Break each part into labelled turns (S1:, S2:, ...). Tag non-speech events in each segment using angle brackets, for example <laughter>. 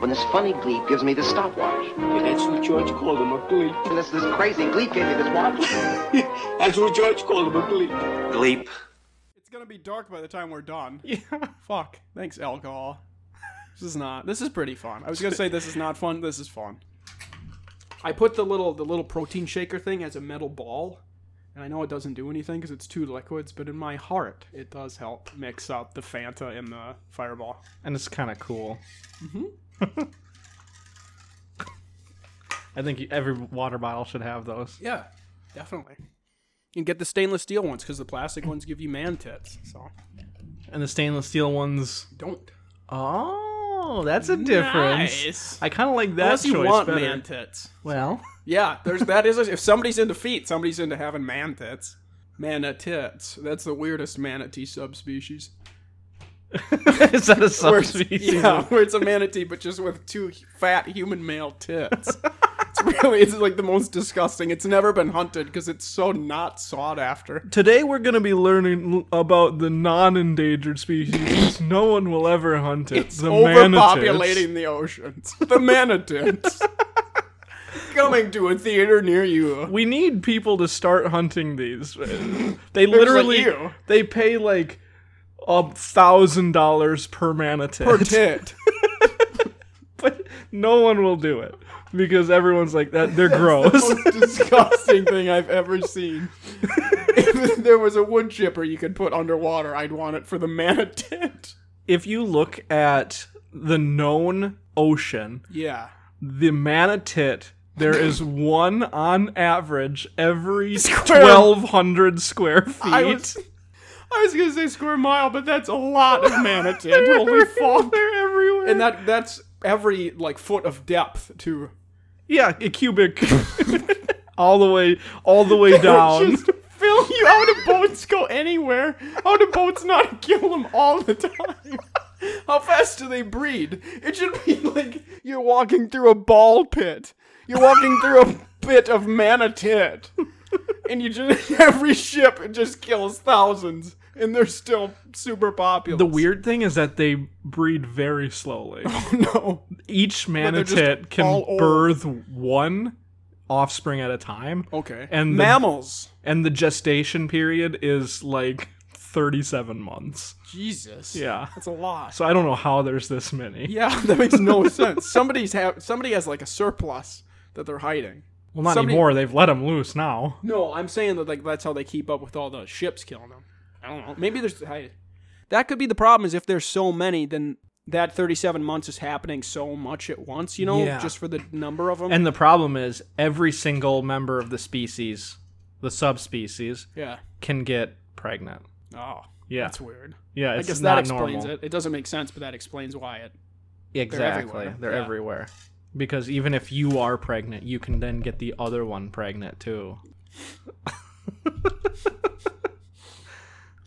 S1: when this funny gleep gives me this stopwatch.
S2: Yeah, that's what George called him, a gleep.
S1: And this, this crazy gleep gave me this watch.
S2: <laughs> That's what George called him, a gleep.
S3: Gleep.
S4: It's gonna be dark by the time we're done.
S5: <laughs> Yeah.
S4: Fuck. Thanks, alcohol. This is not. This is pretty fun. I was gonna say this is not fun. This is fun. I put the little the little protein shaker thing as a metal ball, and I know it doesn't do anything because it's two liquids, but in my heart, it does help mix up the Fanta and the Fireball.
S5: And it's kind of cool. Mm-hmm. <laughs> I think you- every water bottle should have those.
S4: Yeah, definitely. You can get the stainless steel ones because the plastic ones give you man tits. So
S5: And the stainless steel ones.
S4: don't.
S5: Oh, that's a difference.
S4: Nice.
S5: I kind of like that
S4: Unless you
S5: choice
S4: want
S5: better.
S4: man tits.
S5: <laughs> Well,
S4: Yeah, there's that is if somebody's into feet, somebody's into having man tits. Mana tits. That's the weirdest manatee subspecies.
S5: is that a
S4: Where it's-
S5: subspecies?
S4: Yeah, where it's a manatee, but just with two fat human male tits.
S5: <laughs>
S4: it's really, it's like the most disgusting. It's never been hunted because it's so not sought after.
S5: Today we're gonna be learning l- about the non-endangered species. <laughs> no one will ever hunt it.
S4: It's
S5: the manatees.
S4: overpopulating the oceans. The manatees.
S5: <laughs>
S4: Coming to a theater near you.
S5: We need people to start hunting
S4: <laughs>
S5: these. They literally
S4: you.
S5: they pay like a thousand dollars per manatee,
S4: Per tit.
S5: but <laughs> no one will do it because everyone's like that. They're gross.
S4: <laughs> most disgusting thing I've ever seen. if there was a wood chipper you could put underwater, I'd want it for the mana <laughs> tent.
S5: if you look at the known ocean,
S4: Yeah.
S5: the manatee, there is one on average every
S4: <laughs> Square.
S5: 1,200 square feet.
S4: I was, <laughs> I was gonna say square mile, but that's a lot of mana tent.
S5: <laughs>
S4: Holy fuck.
S5: They're everywhere.
S4: And that that's every like foot of depth to
S5: yeah, a cubic. <laughs> all the way, all the <laughs>
S4: <laughs>
S5: way down.
S4: just <laughs> fill you out of boats go anywhere. How do boats not kill them all the time? <laughs> How fast do they breed? It should be <laughs> like you're walking through a ball pit. You're walking through
S5: <laughs>
S4: a pit of manatee. And you just <laughs> every ship it just kills thousands and they're still super popular.
S5: the weird thing is that they breed very slowly.
S4: <laughs>
S5: <laughs>
S4: no.
S5: Each
S4: they're just
S5: manatee
S4: all
S5: can
S4: old.
S5: birth one offspring at a time.
S4: Okay.
S5: And the-
S4: mammals.
S5: And the gestation period is like 37 months.
S4: Jesus.
S5: Yeah.
S4: That's a lot.
S5: So I don't know how there's this many.
S4: yeah, <laughs> that makes no sense. Somebody's have somebody has like a surplus that they're hiding.
S5: Well, not
S4: Somebody-
S5: anymore. They've let them loose now.
S4: No, I'm saying that like that's how they keep up with all the ships killing them. I don't know. Maybe there's I, that could be the problem is if there's so many, then that 37 months is happening so much at once. You know,
S5: Yeah.
S4: just for the number of them.
S5: And the problem is, every single member of the species, the subspecies,
S4: yeah.
S5: can get pregnant.
S4: Oh,
S5: Yeah,
S4: that's weird.
S5: yeah.
S4: I
S5: It's
S4: guess
S5: not
S4: that explains
S5: normal.
S4: it. It doesn't make sense, but that explains why it.
S5: Exactly.
S4: everywhere.
S5: They're
S4: Yeah.
S5: everywhere. Because even if you are pregnant, you can then get the other one pregnant too.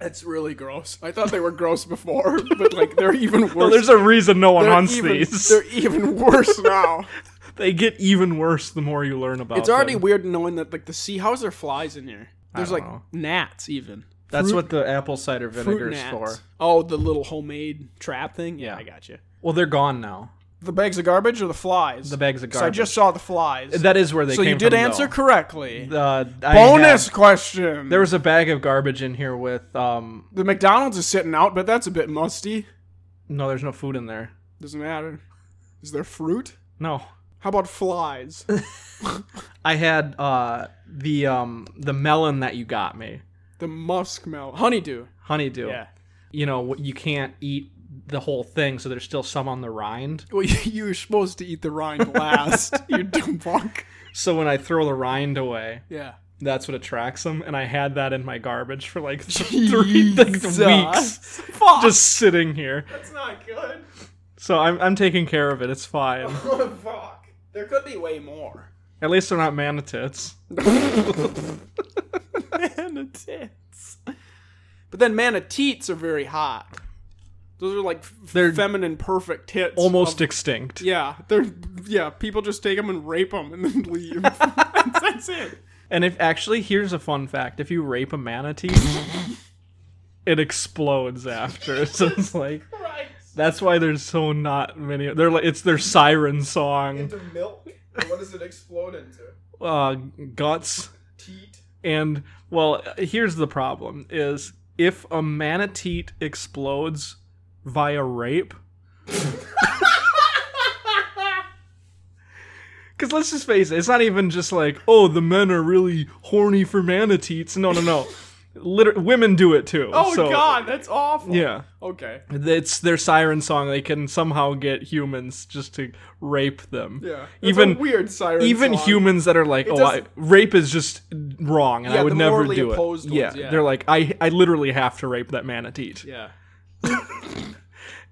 S4: It's really gross. I thought they were gross before, <laughs> but like they're even worse.
S5: Well, there's a reason no one
S4: they're
S5: hunts
S4: even,
S5: these.
S4: They're even worse now.
S5: <laughs> They get even worse the more you learn about.
S4: it's already
S5: them.
S4: weird knowing that like the sea. How's there flies in here? There's
S5: don't
S4: like
S5: know.
S4: gnats even.
S5: That's what the apple cider
S4: fruit
S5: vinegar's
S4: gnats.
S5: for.
S4: Oh, the little homemade trap thing.
S5: Yeah.
S4: Yeah, I got you.
S5: Well, they're gone now.
S4: The bags of garbage or the flies?
S5: The bags of
S4: 'Cause
S5: garbage.
S4: I just saw the flies.
S5: That is where they.
S4: so
S5: came
S4: you did
S5: from,
S4: answer
S5: Though.
S4: correctly.
S5: Uh, I
S4: Bonus
S5: had-
S4: question.
S5: there was a bag of garbage in here with um.
S4: the McDonald's is sitting out, but that's a bit musty.
S5: No, there's no food in there.
S4: Doesn't matter. Is there fruit?
S5: No,
S4: How about
S5: <laughs>
S4: flies?
S5: I had uh the um the melon that you got me,
S4: the musk melon, honeydew.
S5: honeydew. You know what- you can't eat the whole thing, so there's still some on the rind.
S4: Well, <laughs> you, you were supposed to eat the
S5: <laughs>
S4: rind last. you dumb fuck.
S5: So when I throw the rind away,
S4: Yeah.
S5: that's what attracts them. And I had that in my garbage for like <laughs> th-
S4: <laughs>
S5: three like, <laughs> weeks,
S4: Fuck.
S5: just sitting here.
S4: that's not good.
S5: So I'm I'm taking care of it. It's fine.
S4: <laughs> fuck. There could be way <laughs> more.
S5: At least they're not manatees.
S4: manatees. But then manatees are very hot. Those are like f-
S5: They're
S4: feminine perfect tits.
S5: Almost
S4: Of-
S5: extinct.
S4: yeah, they're yeah. People just take them and rape them and
S5: <laughs>
S4: then leave. that's, that's it.
S5: And if actually, here's a fun fact: if you rape a <laughs> manatee, it explodes after. So it's like That's why there's so not many. They're like it's their siren song,
S6: Into milk? What does it explode into?
S5: uh, guts,
S6: Teat?
S5: and well, here's the problem: is if a manatee explodes via rape, <laughs> because let's just face it, it's not even just like oh the men are really horny for manatees. No, no, no. Liter- women do it too.
S4: Oh
S5: so-
S4: God, that's awful.
S5: Yeah.
S4: Okay.
S5: It's their siren song. They can somehow get humans just to rape them.
S4: Yeah. That's
S5: Even
S4: a weird siren.
S5: even
S4: song.
S5: humans that are like, oh, I,
S4: doesn't-
S5: rape is just wrong, and
S4: Yeah,
S5: I would
S4: the
S5: never
S4: morally
S5: do it.
S4: opposed ones, yeah.
S5: they're like, I I literally have to rape that manatee.
S4: Yeah.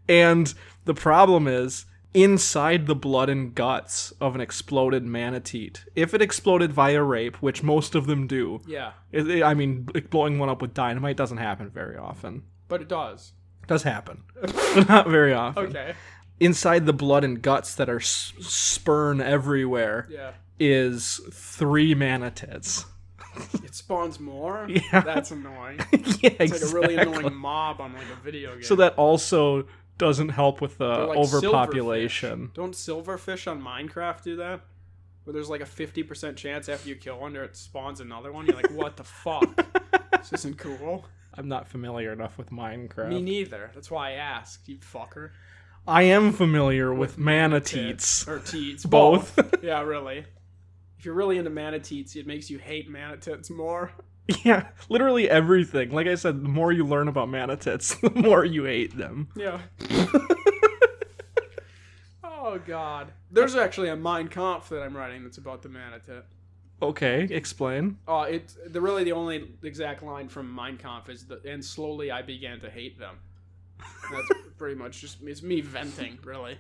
S5: And the problem is inside the blood and guts of an exploded manatee. If it exploded via rape, which most of them do,
S4: Yeah.
S5: it- it- I mean, like, blowing one up with dynamite doesn't happen very often.
S4: But it does.
S5: Does happen, <laughs> but not very often.
S4: Okay.
S5: inside the blood and guts that are s- spurn everywhere
S4: Yeah.
S5: is three manatees.
S4: It spawns more.
S5: <laughs> Yeah.
S4: That's annoying.
S5: <laughs> yeah,
S4: It's like a really
S5: exactly.
S4: annoying mob on like a video game.
S5: So that also doesn't help with the
S4: They're like
S5: overpopulation.
S4: silverfish. Don't silverfish on Minecraft do that? Where there's like a 50% chance after you kill one, there it spawns another one. You're like, what the fuck? this isn't cool.
S5: <laughs> I'm not familiar enough with Minecraft.
S4: Me neither. That's why I asked, you fucker.
S5: I am familiar with, manatees.
S4: <laughs> Or teats.
S5: <laughs> Both.
S4: <laughs> yeah, really. If you're really into manatees, it makes you hate manatees more.
S5: <laughs> yeah, literally everything. Like I said, the more you learn about manatees, <laughs> the more you hate them.
S4: <laughs> Yeah. oh, God. There's actually a Mein Kampf that I'm writing that's about the manatee.
S5: Okay, explain.
S4: Uh, it's the really the only exact line from Mein Kampf is the, and slowly I began to hate them.
S5: <laughs>
S4: That's pretty much just it's me venting really, in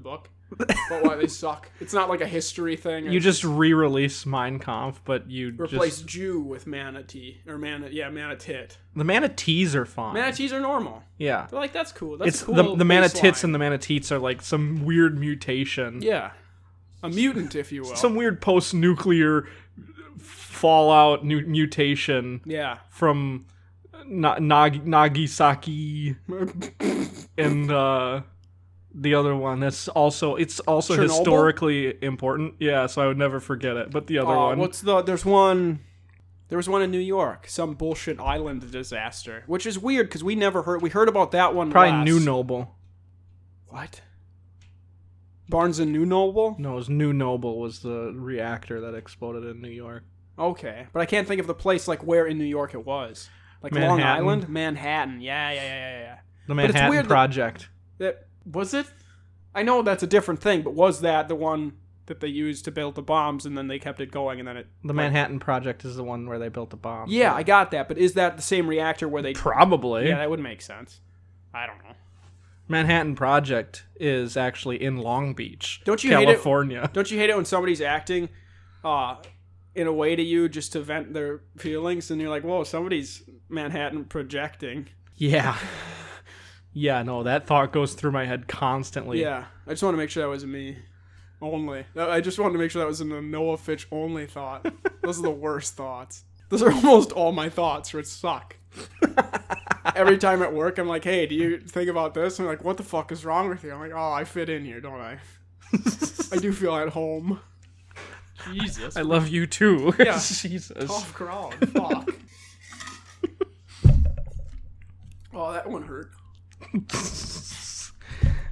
S5: <laughs>
S4: book. But why they suck? It's not like a history thing. or
S5: You just re-release Mein Kampf, but you
S4: replace
S5: just
S4: Jew with manatee or man yeah manatit.
S5: the manatees are fine.
S4: Manatees are normal.
S5: yeah,
S4: They're like that's cool. That's
S5: it's
S4: a cool
S5: the the manatits
S4: baseline."
S5: and the manateets are like some weird mutation.
S4: yeah, a mutant
S5: <laughs>
S4: if you will.
S5: Some weird post nuclear fallout nu- mutation
S4: yeah.
S5: from Na- Nag- Nagisaki and uh, the other one. That's also it's also
S4: Chernobyl?
S5: historically important. Yeah, so I would never forget it. But the other
S4: Uh,
S5: one,
S4: What's the? There's one. There was one in New York, some bullshit island disaster, which is weird because we never heard. We heard about that one.
S5: probably
S4: last.
S5: New Noble.
S4: What? Barnes and New Noble.
S5: No, it was New Noble was the reactor that exploded in New York.
S4: Okay, but I can't think of the place like where in New York it was. Like Long
S5: Manhattan.
S4: Island, Manhattan. Yeah, yeah, yeah, yeah, yeah.
S5: The
S4: it's
S5: Manhattan
S4: weird that-
S5: Project.
S4: That was it. I know that's a different thing, but was that the one that they used to build the bombs and then they kept it going and then it?
S5: The Manhattan Project is the one where they built the bomb.
S4: Yeah, I got that, but is that the same reactor where they?
S5: Probably.
S4: Yeah, that would make sense. I don't know.
S5: Manhattan Project is actually in Long Beach,
S4: Don't you hate it-
S5: California. <laughs>
S4: Don't you hate it when somebody's acting uh, in a way to you just to vent their feelings and you're like, whoa, somebody's Manhattan projecting? <laughs>
S5: Yeah. Yeah, no, that thought goes through my head constantly.
S4: Yeah. I just want to make sure that was me only. That- I just wanted to make sure that was a Noah Fitch only thought. Those are the worst thoughts. Those are <laughs> almost all my thoughts, which suck. Every time at work, I'm like, hey, do you think about this? And they're like, what the fuck is wrong with you? I'm like, oh, I fit in here, don't I? I do feel at home. Jesus.
S5: I love you too. <laughs>
S4: Yeah.
S5: Jesus.
S4: Off <laughs> ground. Fuck. oh, that one hurt.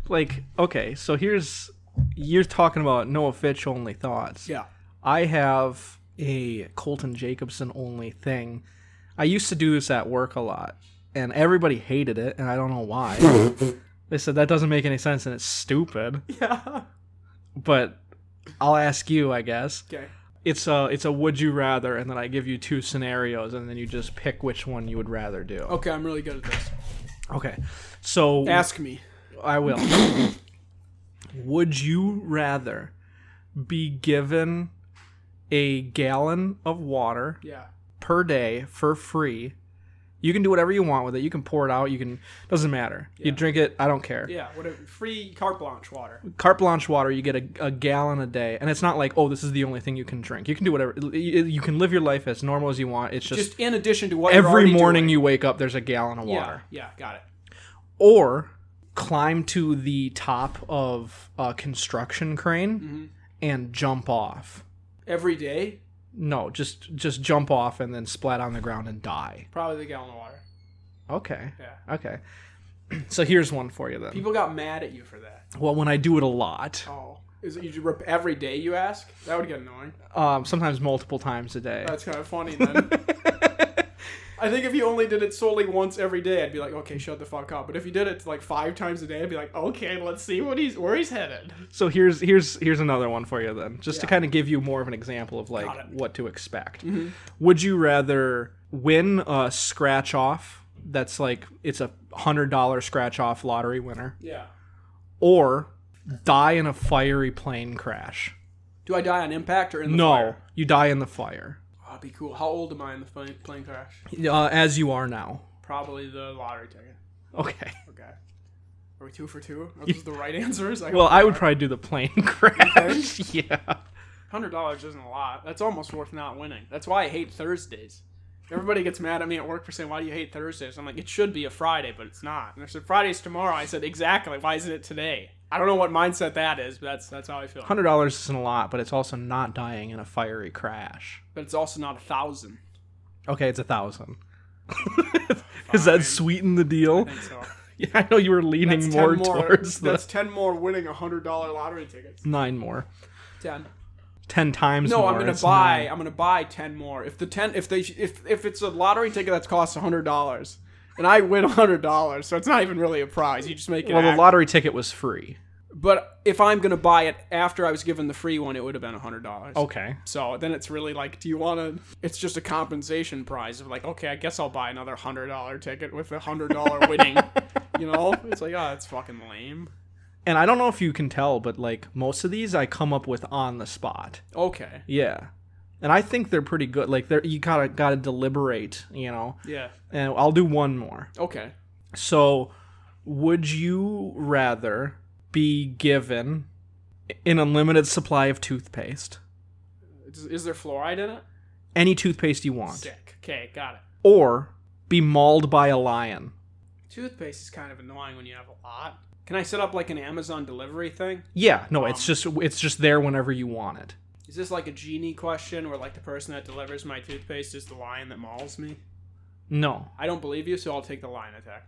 S5: Like, okay, so here's you're talking about Noah Fitch only thoughts.
S4: Yeah.
S5: I have a Colton Jacobson only thing. I used to do this at work a lot, and everybody hated it, and I don't know why. they said that doesn't make any sense and it's stupid.
S4: Yeah.
S5: But I'll ask you, I guess.
S4: Okay.
S5: It's a it's a would you rather, and then I give you two scenarios, and then you just pick which one you would rather do.
S4: Okay, I'm really good at this.
S5: Okay, so
S4: Ask me.
S5: I will. <coughs> Would you rather be given a gallon of water
S4: Yeah.
S5: per day for free? You can do whatever you want with it. You can pour it out. You can doesn't matter. You drink it. I don't care.
S4: Yeah. What a free carte blanche water.
S5: Carte blanche water. You get a, a gallon a day, and it's not like oh this is the only thing you can drink. You can do whatever. You, you can live your life as normal as you want. It's just,
S4: Just in addition to what you're
S5: every
S4: already
S5: morning
S4: doing.
S5: you wake up there's a gallon of
S4: Yeah.
S5: water.
S4: Yeah. Got it.
S5: Or climb to the top of a construction crane
S4: Mm-hmm.
S5: and jump off.
S4: Every day,
S5: No, just just jump off and then splat on the ground and die.
S4: probably the gallon of water.
S5: Okay.
S4: Yeah.
S5: Okay. <clears throat> so here's one for you then.
S4: People got mad at you for that.
S5: Well, when I do it a lot,
S4: Oh, is it you do rep every day? You ask. That would get annoying.
S5: um, sometimes multiple times a day.
S4: That's kind of funny then. I think if you only did it solely once every day, I'd be like, okay, shut the fuck up. But if you did it like five times a day, I'd be like, okay, let's see what he's where he's headed.
S5: <laughs> So here's here's here's another one for you then, just to
S4: Yeah.
S5: kind of give you more of an example of like
S4: Got it. Mm-hmm.
S5: what to expect. Would you rather win a scratch off that's like it's a hundred dollar scratch off lottery winner,
S4: Yeah.
S5: or die in a fiery plane crash?
S4: Do I die on impact or in the
S5: no,
S4: fire?
S5: you die in the fire,
S4: Oh, that'd be cool. How old am I in the plane, plane crash?
S5: uh, as you are now.
S4: Probably the lottery ticket.
S5: Okay.
S4: Okay. Are we two for two?
S5: <laughs>
S4: Are those the right answers? I
S5: Well, I would probably do the plane <laughs> crash. yeah.
S4: Hundred dollars isn't a lot. That's almost worth not winning. That's why I hate Thursdays. Everybody gets mad at me at work for saying, "Why do you hate Thursdays?" I'm like, "It should be a Friday, but it's not." And they said, "Friday's tomorrow." I said, "Exactly. Why isn't it today?" I don't know what mindset that is, but that's that's how I feel.
S5: Hundred dollars isn't a lot, but it's also not dying in a fiery crash.
S4: But it's also not a thousand.
S5: Okay, it's a thousand. <laughs> Does that sweeten the deal?
S4: So
S5: Yeah, I know you were leaning
S4: that's
S5: more,
S4: ten more.
S5: towards the
S4: <laughs> that's ten more winning a hundred dollar lottery tickets.
S5: nine more,
S4: Ten.
S5: ten times.
S4: No,
S5: more,
S4: I'm gonna
S5: it's
S4: buy.
S5: nine.
S4: I'm gonna buy ten more. If the ten, if they, if if it's a lottery ticket that's costs hundred dollars, and I win hundred dollars, so it's not even really a prize. You just make it.
S5: Well, the
S4: act-
S5: lottery ticket was free.
S4: But if I'm gonna buy it after I was given the free one, it would have been hundred dollars.
S5: Okay.
S4: So then it's really like, do you want to? It's just a compensation prize of like, okay, I guess I'll buy another hundred dollar ticket with a hundred
S5: <laughs>
S4: dollar winning. You know, it's like, oh, that's fucking lame.
S5: And I don't know if you can tell, but like most of these, I come up with on the spot.
S4: Okay.
S5: Yeah, and I think they're pretty good. Like they're you gotta gotta deliberate, you know.
S4: Yeah.
S5: And I'll do one more.
S4: Okay.
S5: So, would you rather be given an unlimited supply of toothpaste,
S4: Is, is there fluoride in it?
S5: any toothpaste you want,
S4: Sick. Okay, got it.
S5: or be mauled by a lion?
S4: Toothpaste is kind of annoying when you have a lot. Can I set up like an Amazon delivery thing?
S5: Yeah, no, it's just it's just there whenever you want it.
S4: Is this like a genie question where like the person that delivers my toothpaste is the lion that mauls me?
S5: No.
S4: I don't believe you, so I'll take the lion attack.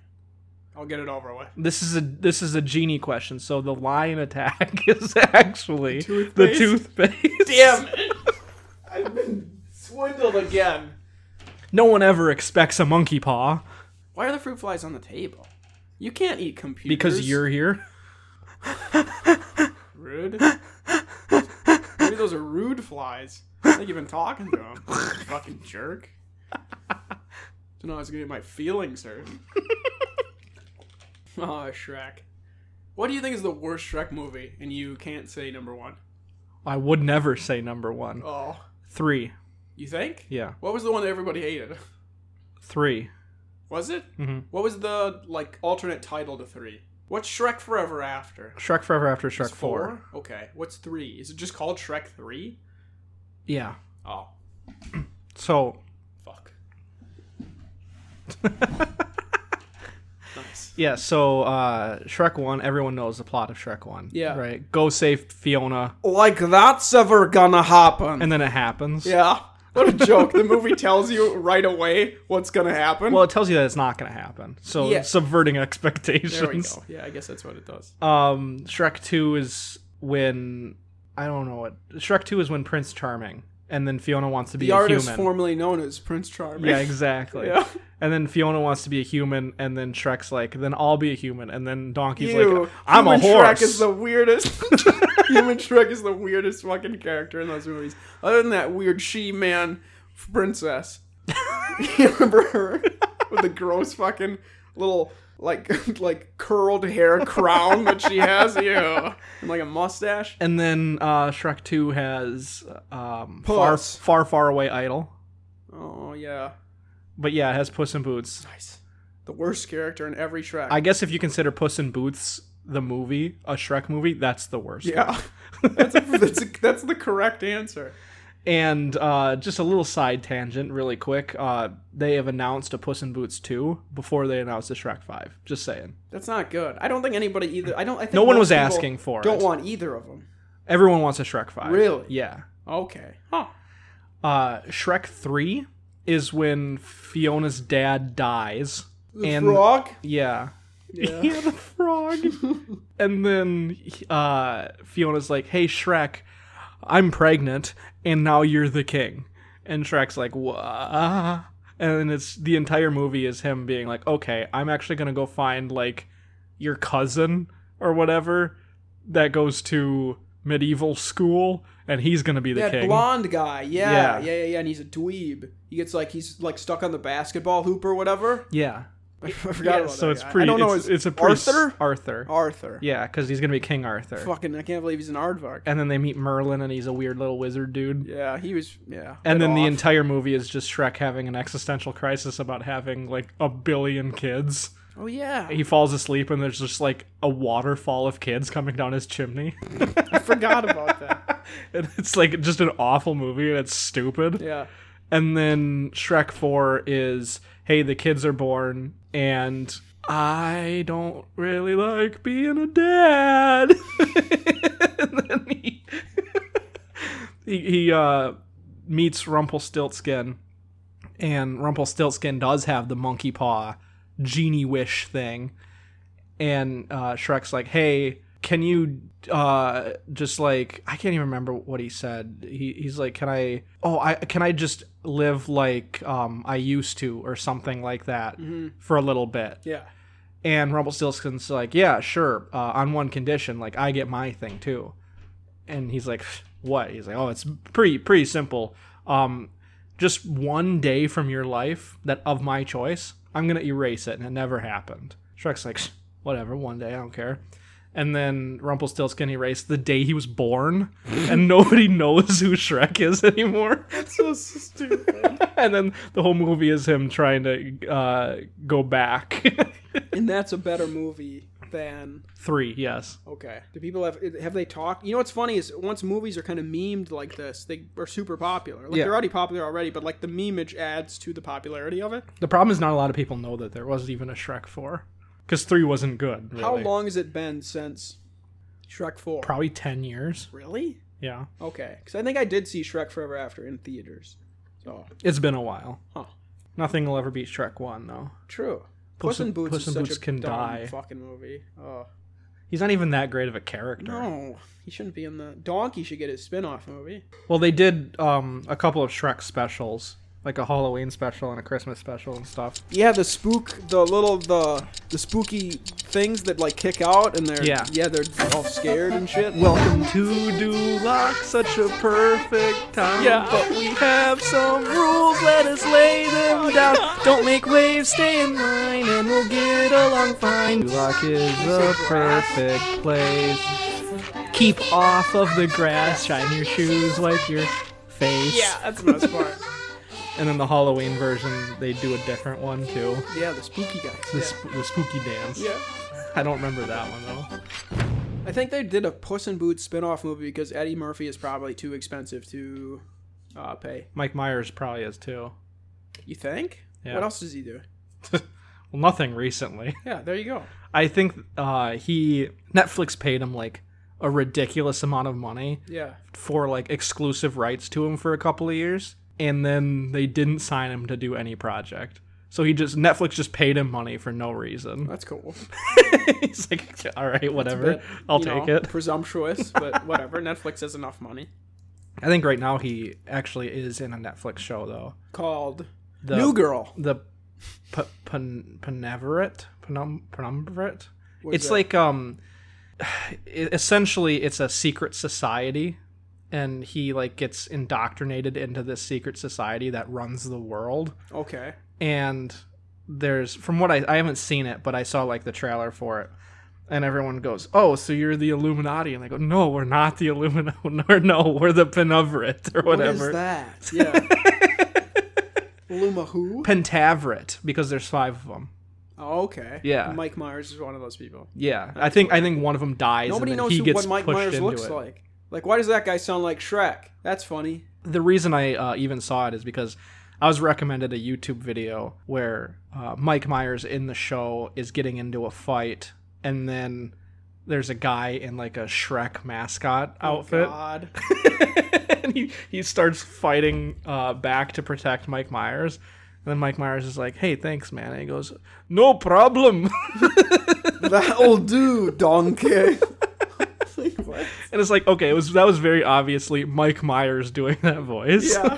S4: I'll get it over with.
S5: This is a this is a genie question, so the lion attack <laughs> is actually the
S4: Toothpaste?
S5: toothpaste.
S4: Damn it! <laughs> I've been swindled again.
S5: No one ever expects a monkey paw
S4: Why are the fruit flies on the table? You can't eat computers.
S5: because you're here. <laughs>
S4: rude. Maybe those are rude flies. I think you've been talking
S5: <laughs>
S4: to them. Fucking jerk. Don't know how it's gonna get my
S5: <laughs>
S4: feelings hurt. oh, Shrek. What do you think is the worst Shrek movie? And you can't say number one.
S5: I would never say number one.
S4: Oh,
S5: Three.
S4: you think?
S5: Yeah.
S4: What was the one that everybody hated?
S5: Three.
S4: Was it?
S5: Mhm.
S4: What was the like alternate title to three? What's Shrek Forever After?
S5: Shrek Forever After Shrek
S4: It's
S5: four.
S4: Okay. What's three? Is it just called Shrek Three?
S5: Yeah.
S4: Oh,
S5: So
S4: fuck. nice.
S5: yeah, so uh Shrek one, everyone knows the plot of Shrek one.
S4: Yeah.
S5: Right. Go save Fiona
S4: <laughs> Like that's ever gonna happen?
S5: and then it happens.
S4: yeah. What a joke! the movie tells you right away what's gonna happen.
S5: Well, it tells you that it's not going to happen. So
S4: Yeah.
S5: subverting <laughs>
S4: there we
S5: expectations.
S4: go. Yeah, I guess that's what it does.
S5: Um, Shrek Two is when I don't know what Shrek Two is when Prince Charming, and then Fiona wants to be
S4: the
S5: a
S4: artist
S5: human.
S4: formerly known as Prince Charming.
S5: yeah, exactly.
S4: <laughs> Yeah.
S5: And then Fiona wants to be a human, and then Shrek's like, "Then I'll be a human," and then Donkey's
S4: Ew.
S5: like, "I'm a
S4: Human
S5: horse."
S4: Shrek is the weirdest. <laughs> Human Shrek is the weirdest fucking character in those movies. Other than that weird she-man princess. <laughs> you remember her with the gross fucking little like <laughs> like curled hair crown that she has? Yeah, and like a mustache.
S5: and then uh, Shrek Two has um, far,
S4: Puss.
S5: far, far away idol.
S4: Oh yeah,
S5: But yeah, it has Puss in Boots.
S4: nice. The worst character in every Shrek.
S5: I guess if you consider Puss in Boots the movie, a Shrek movie, that's the worst.
S4: <laughs> yeah, that's, a, that's, a, that's the correct answer.
S5: And uh, just a little side tangent, really quick. Uh, they have announced a Puss in Boots two before they announced the Shrek five. Just saying.
S4: That's not good. I don't think anybody either. I don't. I think
S5: No one
S4: most
S5: was
S4: people
S5: asking for
S4: Don't
S5: it.
S4: want either of them.
S5: Everyone wants a Shrek five.
S4: Really?
S5: Yeah.
S4: Okay. Huh.
S5: Uh, Shrek three is when Fiona's dad dies.
S7: The
S5: and
S7: frog?
S5: yeah. <laughs>
S4: Yeah.
S5: yeah, the
S4: <laughs>
S5: frog. and then uh, Fiona's like, "Hey, Shrek, I'm pregnant, and now you're the king." And Shrek's like, "What?" And then it's the entire movie is him being like, "Okay, I'm actually gonna go find like your cousin or whatever that goes to medieval school, and he's gonna be the
S4: That
S5: king."
S4: blonde guy. Yeah,
S5: Yeah.
S4: yeah. Yeah. Yeah. And he's a dweeb. He gets like he's like stuck on the basketball hoop or whatever. <laughs>
S5: yeah,
S4: I forgot
S5: yeah.
S4: about
S5: So
S4: that
S5: it's
S4: guy.
S5: pretty.
S4: I don't know.
S5: It's,
S4: his-
S5: it's a pretty
S4: Arthur?
S5: Arthur.
S4: Arthur.
S5: Yeah, because he's gonna be King Arthur.
S4: Fucking. I can't believe he's an aardvark.
S5: And then they meet Merlin, and he's a weird little wizard dude.
S4: Yeah. He was. Yeah.
S5: and
S4: bit
S5: then the
S4: off.
S5: entire movie is just Shrek having an existential crisis about having like a billion kids.
S4: Oh yeah.
S5: He falls asleep, and there's just like a waterfall of kids coming down his chimney. <laughs>
S4: I forgot about that.
S5: and it's like just an awful movie, and it's stupid.
S4: Yeah.
S5: And then Shrek 4 is hey, the kids are born, and I don't really like being a dad. <laughs> and then he, <laughs> he, he uh, meets Rumpelstiltskin, and Rumpelstiltskin does have the monkey paw genie wish thing. And uh, Shrek's like, hey, can you uh just like i can't even remember what he said he, he's like can i oh i can i just live like um i used to or something like that for a little bit
S4: Yeah.
S5: and rumpelstiltskin's like yeah sure uh, on one condition like i get my thing too and he's like what he's like oh it's pretty pretty simple um just one day from your life that of my choice i'm gonna erase it and it never happened shrek's like whatever one day i don't care and then Rumpelstiltskin erased the day he was
S4: <laughs>
S5: born, and nobody knows who Shrek is anymore.
S4: So stupid.
S5: <laughs> and then the whole movie is him trying to uh, go back. <laughs>
S4: and that's a better movie than
S5: Three, yes.
S4: Okay. Do people have have they talked? You know what's funny is once movies are kind of memed like this, they are super popular. Like
S5: Yeah.
S4: they're already popular already, but like the memeage adds to the popularity of it.
S5: The problem is not a lot of people know that there was even a Shrek 4. Because 3 wasn't good, really.
S4: How long has it been since Shrek Four?
S5: Probably 10 years.
S4: really?
S5: Yeah.
S4: Okay, because I think I did see Shrek Forever After in theaters. So
S5: It's been a while.
S4: Huh.
S5: Nothing will ever beat Shrek 1, though.
S4: true.
S5: Puss
S4: Puss,
S5: in-
S4: in Boots
S5: Puss
S4: is
S5: in
S4: such
S5: Boots
S4: a
S5: can
S4: dumb
S5: die.
S4: fucking movie. Oh
S5: He's not even that great of a character.
S4: no, he shouldn't be in the Donkey should get his spin-off movie.
S5: Well, they did um, a couple of Shrek specials, like a Halloween special and a Christmas special and stuff.
S4: Yeah, the spook, the little the the spooky things that like kick out and they're
S5: Yeah.
S4: yeah they're all scared and shit.
S5: Welcome to Duloc, such a perfect time.
S4: Yeah.
S5: But we have some rules, let us lay them down. Don't make waves, stay in line, and we'll get along fine. Duloc is the perfect place. Keep off of the grass, shine your shoes, wipe your face.
S4: Yeah, that's the best part.
S5: And then the Halloween version, they do a different one too.
S4: yeah, the spooky guys.
S5: The, sp- the spooky dance.
S4: yeah.
S5: I don't remember that one though.
S4: I think they did a Puss in Boots spin-off movie because Eddie Murphy is probably too expensive to uh, pay.
S5: Mike Myers probably is too.
S4: You think?
S5: Yeah.
S4: What else does he do?
S5: Well, nothing recently.
S4: Yeah, there you go.
S5: I think uh, he Netflix paid him like a ridiculous amount of money
S4: Yeah.
S5: for like exclusive rights to him for a couple of years, and then they didn't sign him to do any project. So he just Netflix just paid him money for no reason.
S4: That's cool.
S5: <laughs> He's like, all right, whatever,
S4: But,
S5: I'll
S4: you
S5: take
S4: know,
S5: it. <laughs>
S4: Presumptuous, but whatever. Netflix has enough money.
S5: I think right now he actually is in a Netflix show though.
S4: Called
S5: The,
S4: New Girl.
S5: the P- Pen- Peneveret Penum Penumbret.
S4: What is
S5: It's
S4: that?
S5: like um, <sighs> e- essentially it's a secret society, and he like gets indoctrinated into this secret society that runs the world.
S4: okay.
S5: And there's from what I I haven't seen it, but I saw like the trailer for it. And everyone goes, "Oh, so you're the Illuminati?" And I go, "No, we're not the Illuminati. <laughs> Or no, we're the Penuveret or whatever."
S4: What
S5: <laughs>
S4: is that? Yeah. Luma who?
S5: Pentaveret, because there's five of them.
S4: Oh, okay.
S5: Yeah.
S4: Mike Myers is one of those people.
S5: Yeah, I think I think one of them dies.
S4: Nobody
S5: and then
S4: knows
S5: he
S4: who,
S5: gets
S4: what Mike
S5: pushed
S4: Myers
S5: into
S4: looks
S5: it.
S4: like. Like, why does that guy sound like Shrek? That's funny.
S5: the reason I uh, even saw it is because I was recommended a YouTube video where uh, Mike Myers in the show is getting into a fight, and then there's a guy in like a Shrek mascot outfit,
S4: Oh, God.
S5: <laughs> and he, he starts fighting uh, back to protect Mike Myers. And then Mike Myers is like, "Hey, thanks, man." And he goes, "No problem." <laughs>
S4: That'll do, <laughs> donkey.
S5: and it's like, okay, it was that was very obviously Mike Myers doing that voice.
S4: yeah.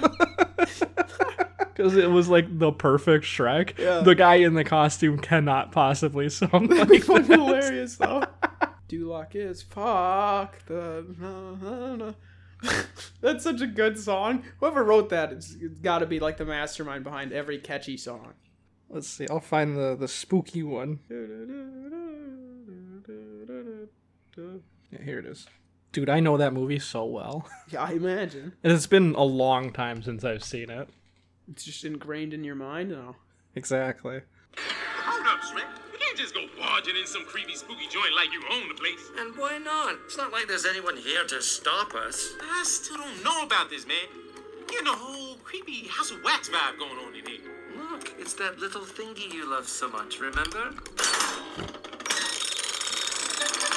S5: Because it was like the perfect Shrek.
S4: Yeah.
S5: The guy in the costume cannot possibly <laughs> sound like
S4: fucking
S5: that.
S4: hilarious though. Duloc is fuck the na, na, na. <laughs> That's such a good song. Whoever wrote that, it's, it's got to be like the mastermind behind every catchy song.
S5: Let's see. I'll find the the spooky one. Yeah, here it is. Dude, I know that movie so well. <laughs>
S4: Yeah, I imagine
S5: And it's been a long time since I've seen it.
S4: it's just ingrained in your mind now.
S5: Exactly.
S2: Hold up, Shrek. You can't just go barging in some creepy, spooky joint like you own the place.
S8: And why not? It's not like there's anyone here to stop us.
S2: I still don't know about this, man. Getting a whole creepy House of Wax vibe going on in here.
S8: Look, it's that little thingy you love so much, remember?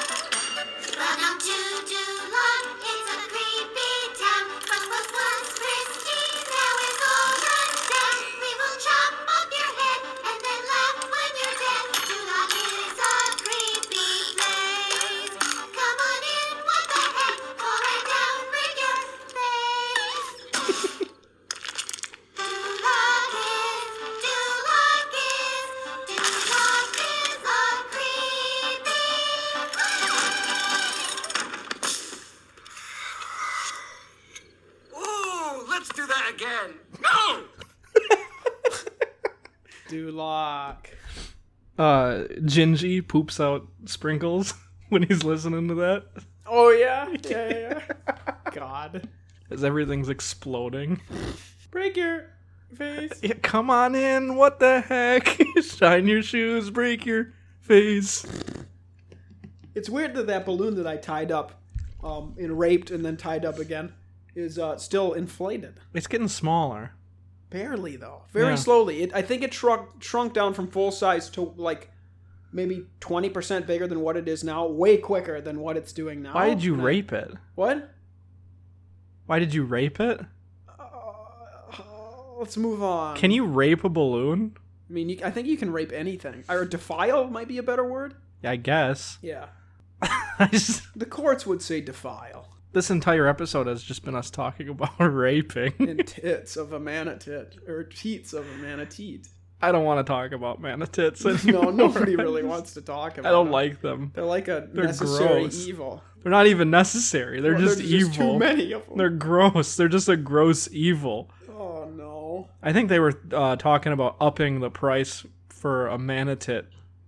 S9: Welcome to Duloc. It's a creepy town. What was once frisky now is all rundown. We will chop off your head and then laugh when you're dead. Duloc is a creepy place. Come on in, what the heck? Fall right down, break your face. Duloc is, Duloc is, Duloc is a creepy place.
S8: Ooh, let's do that again.
S4: Duloc.
S5: Uh Gingy poops out sprinkles <laughs> when he's listening to that.
S4: Oh yeah, yeah, yeah. <laughs> yeah. God,
S5: As everything's exploding. <laughs>
S4: break your face.
S5: Yeah, come on in, what the heck? <laughs> Shine your shoes, break your face.
S4: It's weird that that balloon that I tied up, um, and raped and then tied up again, is uh still inflated.
S5: It's getting smaller.
S4: Barely though. Very
S5: Yeah.
S4: slowly. It, I think it shrunk shrunk down from full size to like maybe twenty percent bigger than what it is now. Way quicker than what it's doing now.
S5: Why did you rape it?
S4: What?
S5: Why did you rape it?
S4: Uh, let's move on.
S5: Can you rape a balloon?
S4: I mean, you, I think you can rape anything. Or defile might be a better word.
S5: I guess. <laughs>
S4: Yeah.
S5: I just,
S4: The courts would say defile.
S5: this entire episode has just been us talking <laughs> about raping.
S4: And <laughs> tits of a manatee or teats of a manatee.
S5: I don't want to talk about manatees <laughs> anymore.
S4: No, nobody really wants to talk about.
S5: I don't
S4: them.
S5: like them.
S4: They're like a necessary
S5: gross.
S4: evil.
S5: They're not even necessary. They're just
S4: There's
S5: evil.
S4: just too many of them.
S5: They're gross. They're just a gross evil.
S4: Oh no.
S5: I think they were uh, talking about upping the price for a manatee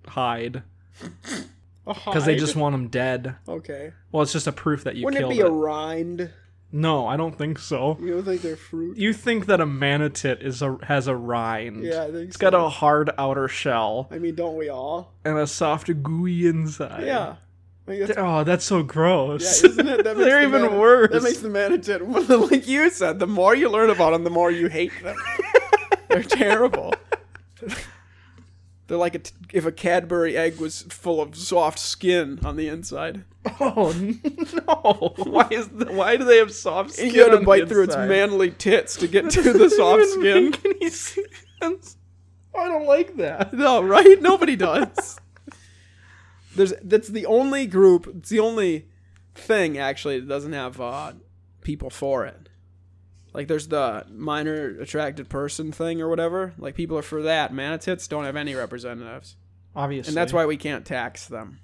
S5: hide because they just want them dead.
S4: Okay.
S5: Well, it's just a proof that you
S4: Wouldn't it
S5: killed
S4: be a rind?
S5: No, I don't think so.
S4: You don't think they're fruit?
S5: You think that a manatee is a has a rind?
S4: Yeah, I think
S5: It's
S4: so.
S5: got a hard outer shell
S4: I mean, don't we all?
S5: and a soft gooey inside.
S4: Yeah. I mean, that's-
S5: Oh, that's so gross. <laughs>
S4: <laughs> yeah, isn't it? That makes
S5: They're
S4: the
S5: even
S4: mani-
S5: worse.
S4: That makes the manatee. <laughs> Well, like you said, the more you learn about them, the more you hate
S5: <laughs>
S4: them. they're terrible. They're like a t- if a Cadbury egg was full of soft skin on the inside,
S5: <laughs> oh
S4: <laughs>
S5: no! Why is th- why do they have soft skin?
S4: and you had
S5: on
S4: to
S5: the
S4: bite through its
S5: inside?
S4: <laughs> manly tits to get to the soft
S5: Doesn't <laughs> even
S4: skin.
S5: make any sense. I don't like <laughs> that.
S4: No, right? Nobody <laughs> does. <laughs> There's that's the only group. It's the only thing actually that doesn't have uh, people for it. Like there's the minor attracted person thing or whatever. Like people are for that. Manatits don't have any representatives,
S5: Obviously,
S4: and that's why we can't tax them.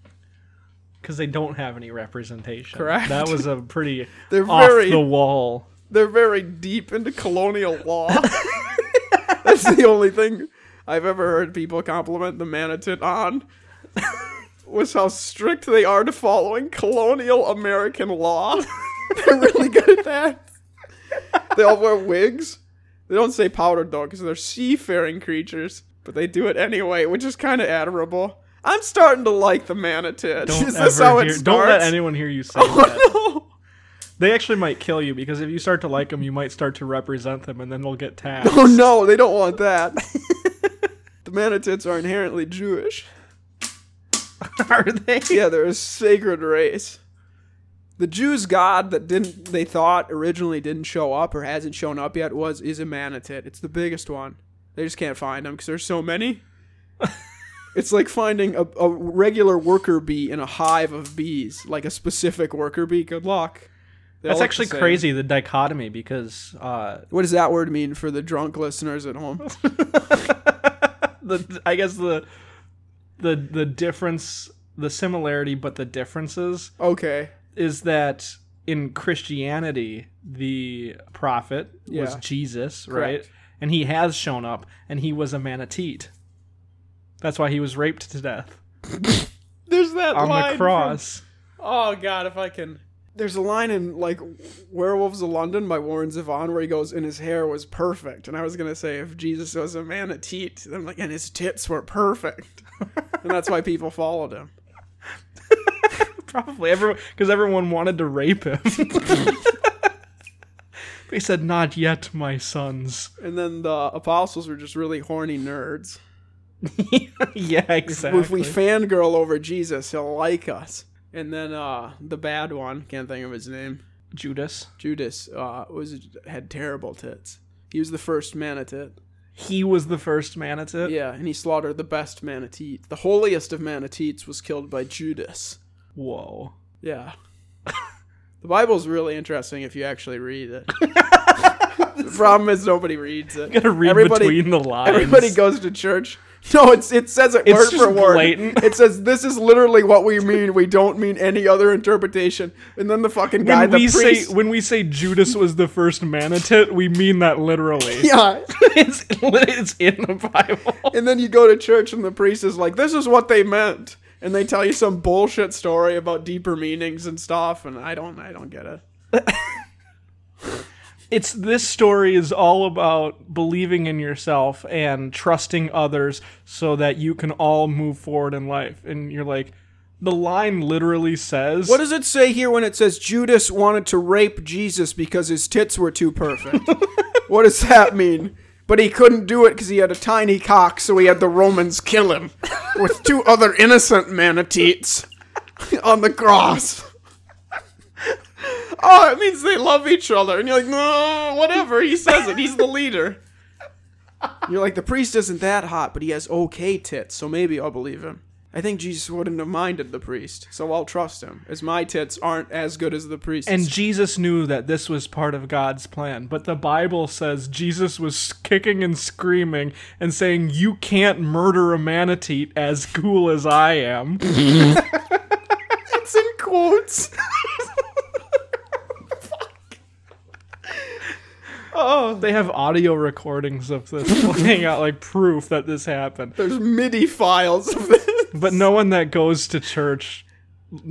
S5: because they don't have any representation.
S4: Correct.
S5: That was a pretty
S4: They're
S5: off
S4: <laughs> very-
S5: the wall.
S4: They're very deep into colonial law. <laughs> that's the only thing I've ever heard people compliment the Manitit on. Was how strict they are to following colonial American law. <laughs> They're really good at that. They all wear wigs. They don't say powdered though, because they're seafaring creatures, but they do it anyway, which is kind of admirable. I'm starting to like the manatee.
S5: Don't
S4: Is this
S5: ever
S4: how it
S5: hear-
S4: starts?
S5: Don't let anyone hear you say that.
S4: <laughs> No.
S5: They actually might kill you because if you start to like them, you might start to represent them, and then they'll get
S4: <laughs>
S5: taxed.
S4: Oh no, they don't want that. <laughs> the Manitits are inherently Jewish.
S5: Are they?
S4: Yeah, they're a sacred race. The Jews' god that didn't they thought originally didn't show up or hasn't shown up yet was is a Manitit. It's the biggest one. They just can't find them because there's so <laughs> many. it's like finding a, a regular worker bee in a hive of bees, like a specific worker bee. Good luck. They all
S5: That's
S4: look the
S5: actually
S4: same.
S5: crazy. The dichotomy because uh, <laughs>
S4: What does that word mean for the drunk listeners at home? <laughs>
S5: the I guess the the the difference, the similarity, but the differences
S4: Okay.
S5: is that in Christianity, the prophet was
S4: Yeah.
S5: Jesus,
S4: Correct.
S5: right? And he has shown up, and he was a manatee. That's why he was raped to death
S4: There's that
S5: on
S4: line
S5: the
S4: from-
S5: cross.
S4: Oh God, if I can. There's a line in like Werewolves of London by Warren Zevon where he goes, and his hair was perfect. And I was gonna say, if Jesus was a man at teat, I'm like, and his tits were perfect, <laughs> and that's why people followed him.
S5: <laughs> Probably everyone, because everyone wanted to rape <laughs> him. they said, "Not yet, my sons."
S4: And then the apostles were just really horny nerds.
S5: <laughs> yeah, exactly.
S4: If we fangirl over Jesus, he'll like us. And then uh, the bad one, can't think of his name,
S5: Judas.
S4: Judas, uh, was had terrible tits. He was the first man at it.
S5: He was the first man at it.
S4: Yeah, and he slaughtered the best manatee. The holiest of manatees was killed by Judas.
S5: Whoa. <laughs>
S4: Yeah. the Bible's really interesting if you actually
S5: <laughs>
S4: read it. the problem is nobody reads it.
S5: Gotta read between the lines.
S4: Everybody goes to church. No, it's it says it
S5: It's
S4: word
S5: just
S4: for word.
S5: blatant.
S4: It says this is literally what we mean. We don't mean any other interpretation. And then the fucking guy,
S5: When
S4: the
S5: we
S4: priest.
S5: say when we say Judas was the first manitit, we mean that <laughs> literally.
S4: <laughs> yeah.
S5: it's, it's in the Bible.
S4: And then you go to church and the priest is like, this is what they meant. And they tell you some bullshit story about deeper meanings and stuff, and I don't I don't get it.
S5: It's this story is all about believing in yourself and trusting others so that you can all move forward in life. And you're like, the line literally says,
S4: What does it say here when it says Judas wanted to rape Jesus because his tits were too <laughs> perfect? what does that mean? But he couldn't do it because he had a tiny cock, so he had the Romans kill him with two other innocent manatees <laughs> on the cross. oh, it means they love each other. And you're like, no, whatever. He says it. He's the leader. <laughs> You're like, the priest isn't that hot, but he has okay tits, so maybe I'll believe him. I think Jesus wouldn't have minded the priest, so I'll trust him, as my tits aren't as good as the priest's.
S5: and Jesus knew that this was part of God's plan, but the Bible says Jesus was kicking and screaming and saying, "You can't murder a manatee as cool as I am."
S4: it's in quotes.
S5: They have audio recordings of this <laughs> playing out like proof that this happened.
S4: There's MIDI files of this.
S5: But no one that goes to church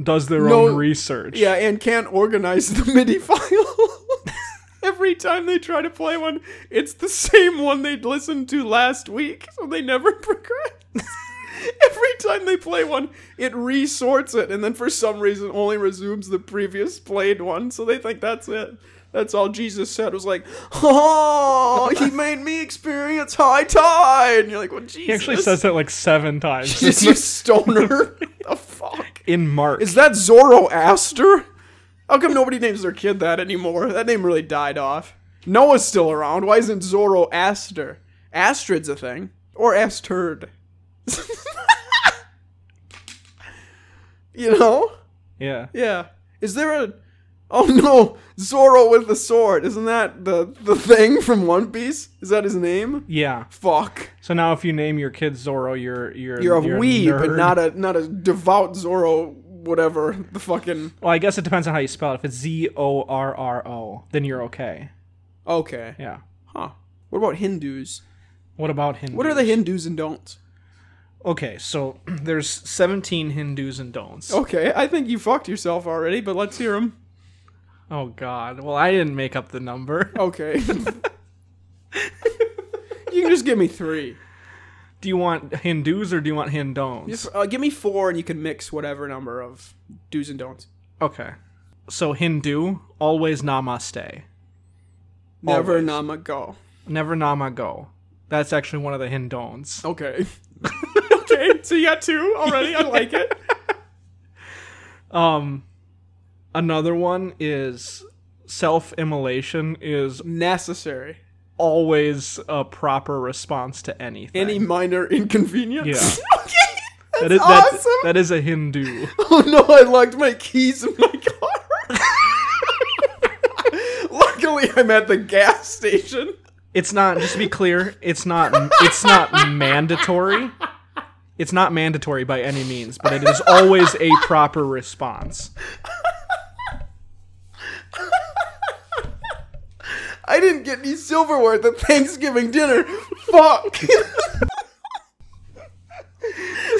S5: does their
S4: No-
S5: own research.
S4: Yeah, and can't organize the <laughs> MIDI file. Every time they try to play one, it's the same one they'd listened to last week, so they never <laughs> progress. Every time they play one, it resorts it, and then for some reason only resumes the previous played one, so they think that's it. That's all Jesus said was like, Oh,
S5: <laughs>
S4: he made me experience high tide. And you're like, Well, Jesus.
S5: He actually
S4: <laughs>
S5: says that like seven times
S4: Jesus, you stoner. <laughs> the fuck?
S5: <laughs> in Mark.
S4: Is that Zoroaster? How come nobody names their kid that anymore? That name really died off. Noah's still around. Why isn't Zoroaster? Astrid's a thing. Or Asterd. <laughs> you know?
S5: yeah.
S4: Yeah. Is there a. Oh no! Zoro with the sword. Isn't that the, the thing from One Piece? Is that his name?
S5: Yeah.
S4: Fuck.
S5: So now if you name your kid Zorro, you're you're
S4: You're a weeb
S5: nerd.
S4: and not a not a devout Zoro whatever the fucking
S5: Well, I guess it depends on how you spell it. If it's Z O R R O, then you're okay.
S4: Okay.
S5: Yeah.
S4: Huh. What about Hindus?
S5: What about Hindus?
S4: What are the Hindus and don'ts?
S5: Okay, so <clears throat> there's 17 Hindus and don'ts.
S4: Okay, I think you fucked yourself already, but let's hear them.
S5: oh God. Well, I didn't make up the
S4: <laughs>
S5: number.
S4: Okay. you can just give me three.
S5: Do you want Hindus or do you want Hindons?
S4: Just, uh, give me four, and you can mix whatever number of do's and don'ts.
S5: Okay. so Hindu, always namaste.
S4: Never Nama go.
S5: Never nama go. That's actually one of the Hindons.
S4: Okay.
S5: okay, so you got two already. I like it. Um, another one is self-immolation is
S4: Necessary.
S5: always a proper response to anything.
S4: Any minor inconvenience.
S5: yeah,
S4: <laughs> okay.
S5: that is that-
S4: awesome.
S5: that is a Hindu.
S4: <laughs> Oh no, I locked my keys in my car. <laughs> Luckily, I'm at the gas station.
S5: It's not. Just to be clear, it's not. It's not mandatory. It's not mandatory by any means, but it is always a proper response.
S4: I didn't get any silverware at the Thanksgiving dinner. Fuck. <laughs>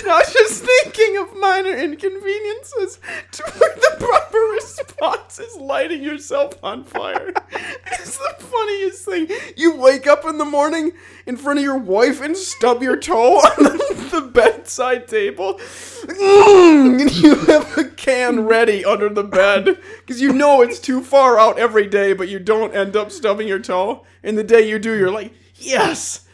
S4: I was just thinking of minor inconveniences to where the proper response is lighting yourself on fire. It's the funniest thing. You wake up in the morning in front of your wife and stub your toe <laughs> on the, the bedside table. Mm, and you have a can ready under the bed because you know it's too far out every day, but you don't end up stubbing your toe. And the day you do, you're like, yes,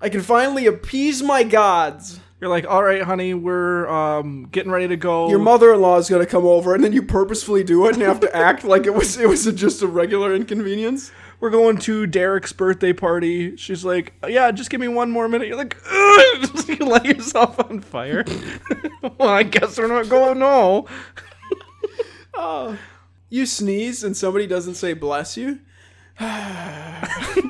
S4: I can finally appease my gods.
S5: You're like, all right, honey, we're um, getting ready to go.
S4: Your mother-in-law is gonna come over, and then you purposefully do it and have to act like it was it was just a regular inconvenience.
S5: we're going to Derek's birthday party. She's like, yeah, just give me one more minute. You're like, Ugh! <laughs> you light yourself on fire. <laughs> well, I guess we're not going. No.
S4: You sneeze, and somebody doesn't say "bless you."
S5: <sighs>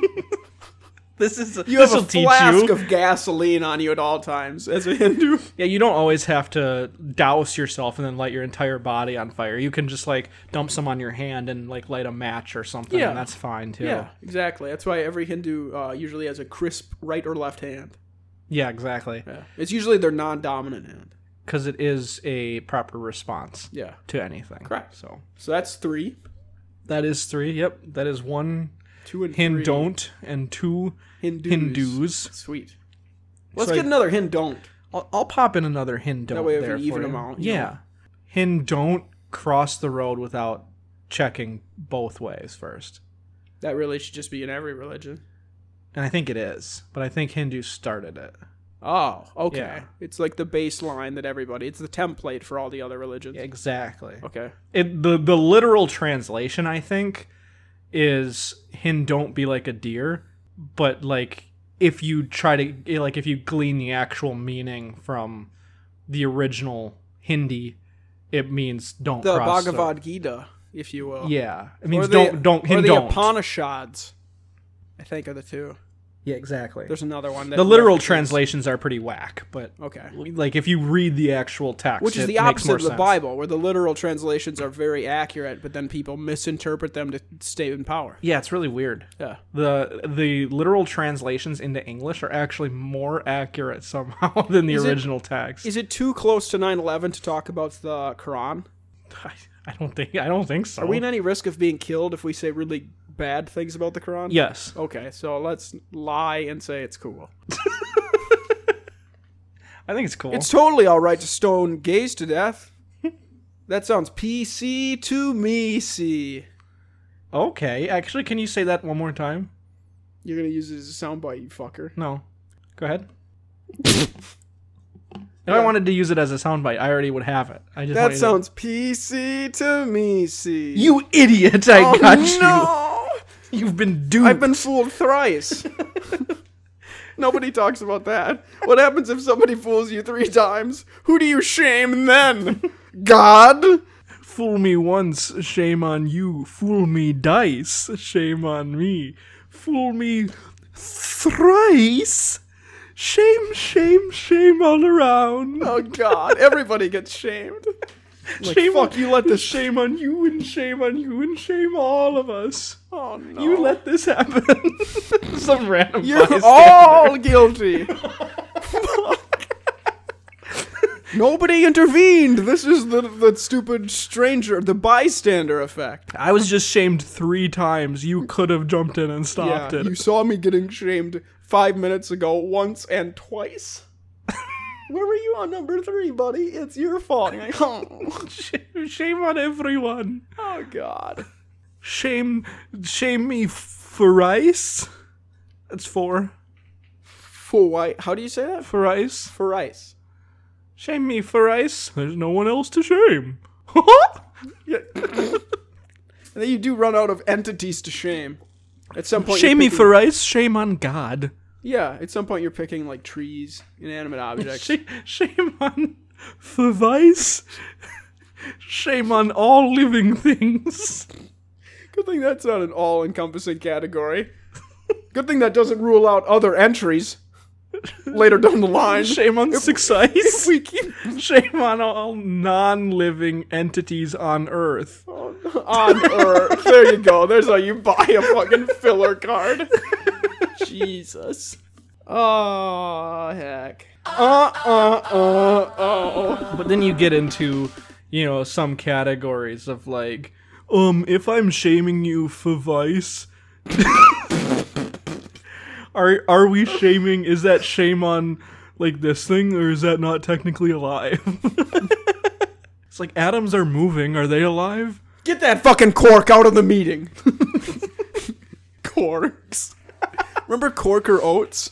S5: This is
S4: You
S5: this will
S4: have a
S5: teach
S4: flask
S5: you.
S4: of gasoline on you at all times as a Hindu.
S5: yeah, you don't always have to douse yourself and then light your entire body on fire. You can just like dump some on your hand and like light a match or something.
S4: Yeah.
S5: and that's fine too.
S4: Yeah, exactly. That's why every Hindu uh, usually has a crisp right or left hand.
S5: Yeah, exactly.
S4: Yeah, it's usually their non-dominant hand.
S5: Because it is a proper response
S4: Yeah.
S5: to anything.
S4: Correct.
S5: So
S4: So that's three,
S5: that is three. Yep, that is one.
S4: two and
S5: Hin
S4: three.
S5: don't and two
S4: Hindus.
S5: Hindus.
S4: Sweet. Let's
S5: So I-
S4: get another hin don't.
S5: I'll, I'll pop in another hin don't.
S4: That way we
S5: there
S4: can even
S5: for
S4: them
S5: you.
S4: out, you
S5: Yeah, hin don't cross the road without checking both ways first,
S4: That really should just be in every religion.
S5: and I think it is. But I think Hindus started it.
S4: Oh, okay.
S5: Yeah.
S4: It's like the baseline that everybody. It's the template for all the other religions.
S5: Exactly.
S4: Okay.
S5: It the the literal translation I think is hin don't be like a deer, but like if you try to eh, like if you glean the actual meaning from the original Hindi, it means don't
S4: The
S5: cross
S4: Bhagavad Gita, if you will.
S5: Yeah, it
S4: Or
S5: means
S4: the-
S5: don't don't
S4: or
S5: hin
S4: the
S5: don't.
S4: Upanishads. I think are the two.
S5: yeah, exactly.
S4: There's another one. That
S5: the literal
S4: references-
S5: translations are pretty whack, but
S4: Okay.
S5: like if you read the actual text,
S4: Which is
S5: it
S4: the
S5: makes
S4: opposite
S5: more
S4: of the
S5: sense.
S4: Bible, where the literal translations are very accurate, but then people misinterpret them to stay in power.
S5: Yeah, it's really weird.
S4: Yeah.
S5: The the literal translations into English are actually more accurate somehow <laughs> than the
S4: Is it-
S5: original text.
S4: Is it too close to 9/11 to talk about the Quran?
S5: I, I don't think I don't think so.
S4: Are we in any risk of being killed if we say really bad things about the Quran?
S5: yes.
S4: Okay, so let's lie and say it's cool.
S5: I think it's cool.
S4: It's totally all right to stone gays to death. That sounds PC to me. See,
S5: okay. Actually, can you say that one more time?
S4: you're gonna use it as a soundbite, you fucker.
S5: No. Go
S4: <laughs>
S5: ahead. if I wanted to use it as a soundbite, I already would have it. I just want
S4: That
S5: you to-
S4: sounds PC to me. See,
S5: You idiot! I
S4: Oh,
S5: got
S4: no!
S5: you. You've been duped.
S4: I've been fooled thrice. <laughs> Nobody talks about that. What happens if somebody fools you three times? Who do you shame then? God?
S5: Fool me once, shame on you. Fool me dice, shame on me. Fool me thrice, shame, shame, shame all around.
S4: Oh God! Everybody gets shamed.
S5: shame on you, let this shame on you, and shame on you, and shame all of us.
S4: Oh no!
S5: You let this happen. <laughs> Some random
S4: You're
S5: bystander. <laughs>
S4: all guilty. Nobody intervened. This is the the stupid stranger, the bystander effect.
S5: I was just shamed three times. You could have jumped in and stopped it.
S4: you saw me getting shamed five minutes ago once and twice. Where were you on number three, buddy? It's
S5: <laughs>
S4: your fault. And you're like, oh,
S5: Shame on everyone.
S4: oh, God.
S5: Shame, shame me for rice. That's four
S4: For white. How do you say that?
S5: for rice.
S4: For rice.
S5: Shame me for rice. There's no one else to shame. <laughs>
S4: And then you do run out of entities to shame. At some point,
S5: shame
S4: you're
S5: me
S4: picking-
S5: for rice. Shame on God.
S4: yeah. At some point, you're picking like trees, <laughs> inanimate objects.
S5: Sh- shame on for vice. Shame on all living things.
S4: Good thing that's not an all-encompassing <laughs> category. Good thing that doesn't rule out other entries later down the line.
S5: Shame on success.
S4: We keep
S5: Shame on all non-living entities on Earth.
S4: on Earth. There you go. There's how you buy a fucking filler card. <laughs> Jesus. Oh heck. Uh uh uh oh.
S5: But then you get into, you know, some categories of like, um, if I'm shaming you for vice, <laughs> are are we shaming? Is that shame on like this thing, or is that not technically alive? <laughs> it's like atoms are moving. Are they alive?
S4: Get that fucking cork out of the meeting. <laughs> Corks. Remember cork or oats?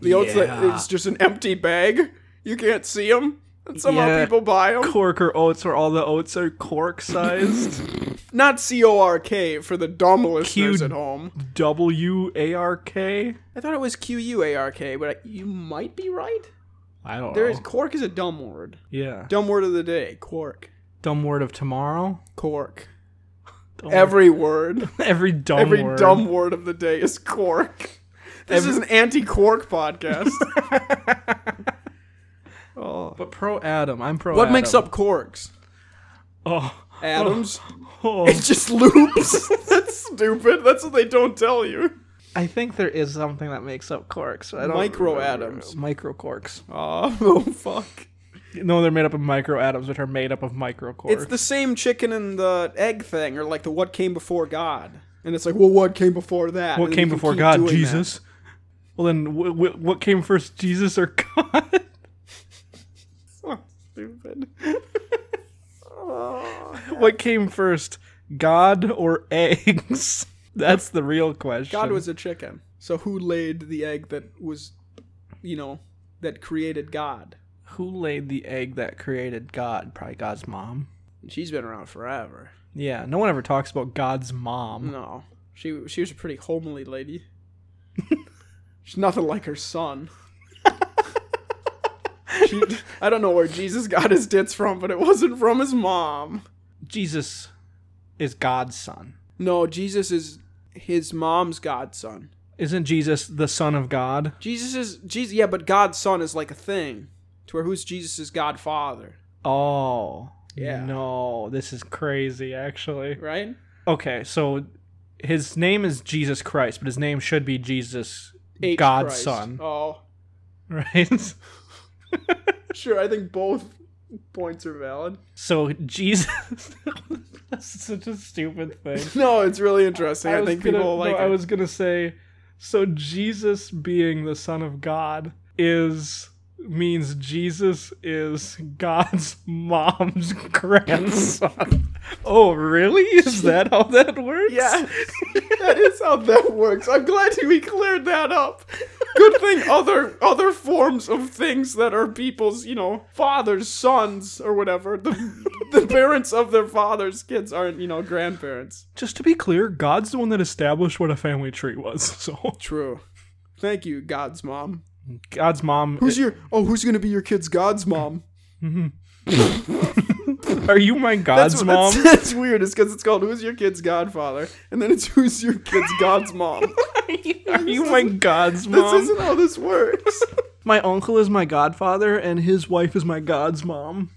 S4: The oats that
S5: Yeah.
S4: it's just an empty bag. You can't see them. And somehow
S5: Yeah.
S4: people buy them.
S5: Cork or oats, or all the oats are cork
S4: <laughs>
S5: sized.
S4: Not C O R K for the dumb listeners
S5: Q-
S4: at home.
S5: W A R K.
S4: I thought it was Q U A R K, but I, you might be right.
S5: I don't
S4: There
S5: know.
S4: is cork is a dumb word.
S5: yeah.
S4: Dumb word of the day. Cork.
S5: Dumb word of tomorrow. <laughs>
S4: Cork.
S5: Dumb-
S4: Every word.
S5: every dumb
S4: Every
S5: word.
S4: dumb word of the day is cork. This is an anti-cork podcast. oh.
S5: But pro Adam, I'm pro.
S4: What makes
S5: Adam.
S4: up corks?
S5: Oh,
S4: <laughs> Atoms.
S5: oh.
S4: It's just loops. <laughs> That's stupid. That's what they don't tell you.
S5: I think there is something that makes up corks. I don't
S4: Micro <laughs> atoms.
S5: Micro corks.
S4: Oh, <laughs> oh fuck.
S5: No, they're made up of micro atoms, which are made up of micro corks.
S4: It's the same chicken and the egg thing, or like the what came before God. And it's like, well, what came before that?
S5: what
S4: And
S5: came
S4: you can
S5: before
S4: keep
S5: God?
S4: doing that.
S5: Jesus. Well, then, w- w- what came first, Jesus or God?
S4: <laughs> So stupid.
S5: <laughs> what came first, God or eggs? <laughs> That's the real question.
S4: God was a chicken. So who laid the egg that was, you know, that created God?
S5: who laid the egg that created God? Probably God's mom.
S4: And she's been around forever.
S5: Yeah, no one ever talks about God's mom.
S4: No, she she was a pretty homely
S5: <laughs>
S4: lady. She's nothing like her son. she, I don't know where Jesus got his dits from, but it wasn't from his mom.
S5: Jesus is God's son.
S4: No, Jesus is his mom's godson.
S5: Isn't Jesus the son of God?
S4: Jesus is Jesus. Yeah, but godson is like a thing, to where who's Jesus' godfather,
S5: Oh.
S4: Yeah.
S5: No, this is crazy actually.
S4: right?
S5: Okay, so his name is Jesus Christ, but his name should be Jesus
S4: H.
S5: God's
S4: Christ.
S5: son,
S4: Oh,
S5: <laughs> right?
S4: sure. I think both points are valid. <laughs>
S5: So Jesus <laughs> That's such a stupid thing.
S4: No, it's really interesting. I,
S5: was
S4: think
S5: gonna,
S4: people
S5: no,
S4: like.
S5: I
S4: it.
S5: was going to say so Jesus being the son of God is means Jesus is God's <laughs> mom's grandson. oh, really? Is that how that works?
S4: Yeah, <laughs> that is how that works. I'm glad we cleared that up. Good thing other other forms of things that are people's, you know, fathers, sons, or whatever, the the <laughs> parents of their fathers' kids aren't, you know, grandparents.
S5: Just to be clear, God's the one that established what a family tree was. <laughs> So
S4: True. Thank you, God's mom.
S5: God's mom.
S4: Who's your? Oh, who's gonna be your kid's God's <laughs> mom?
S5: <laughs> Are you my God's
S4: what-
S5: mom?
S4: That's, <laughs> that's weird. It's because it's called "Who's Your Kid's Godfather," and then it's <laughs> "Who's Your Kid's God's <laughs> Mom."
S5: Are <laughs> you my God's
S4: this
S5: mom?
S4: isn't how this works.
S5: <laughs> My uncle is my godfather, and his wife is my God's mom.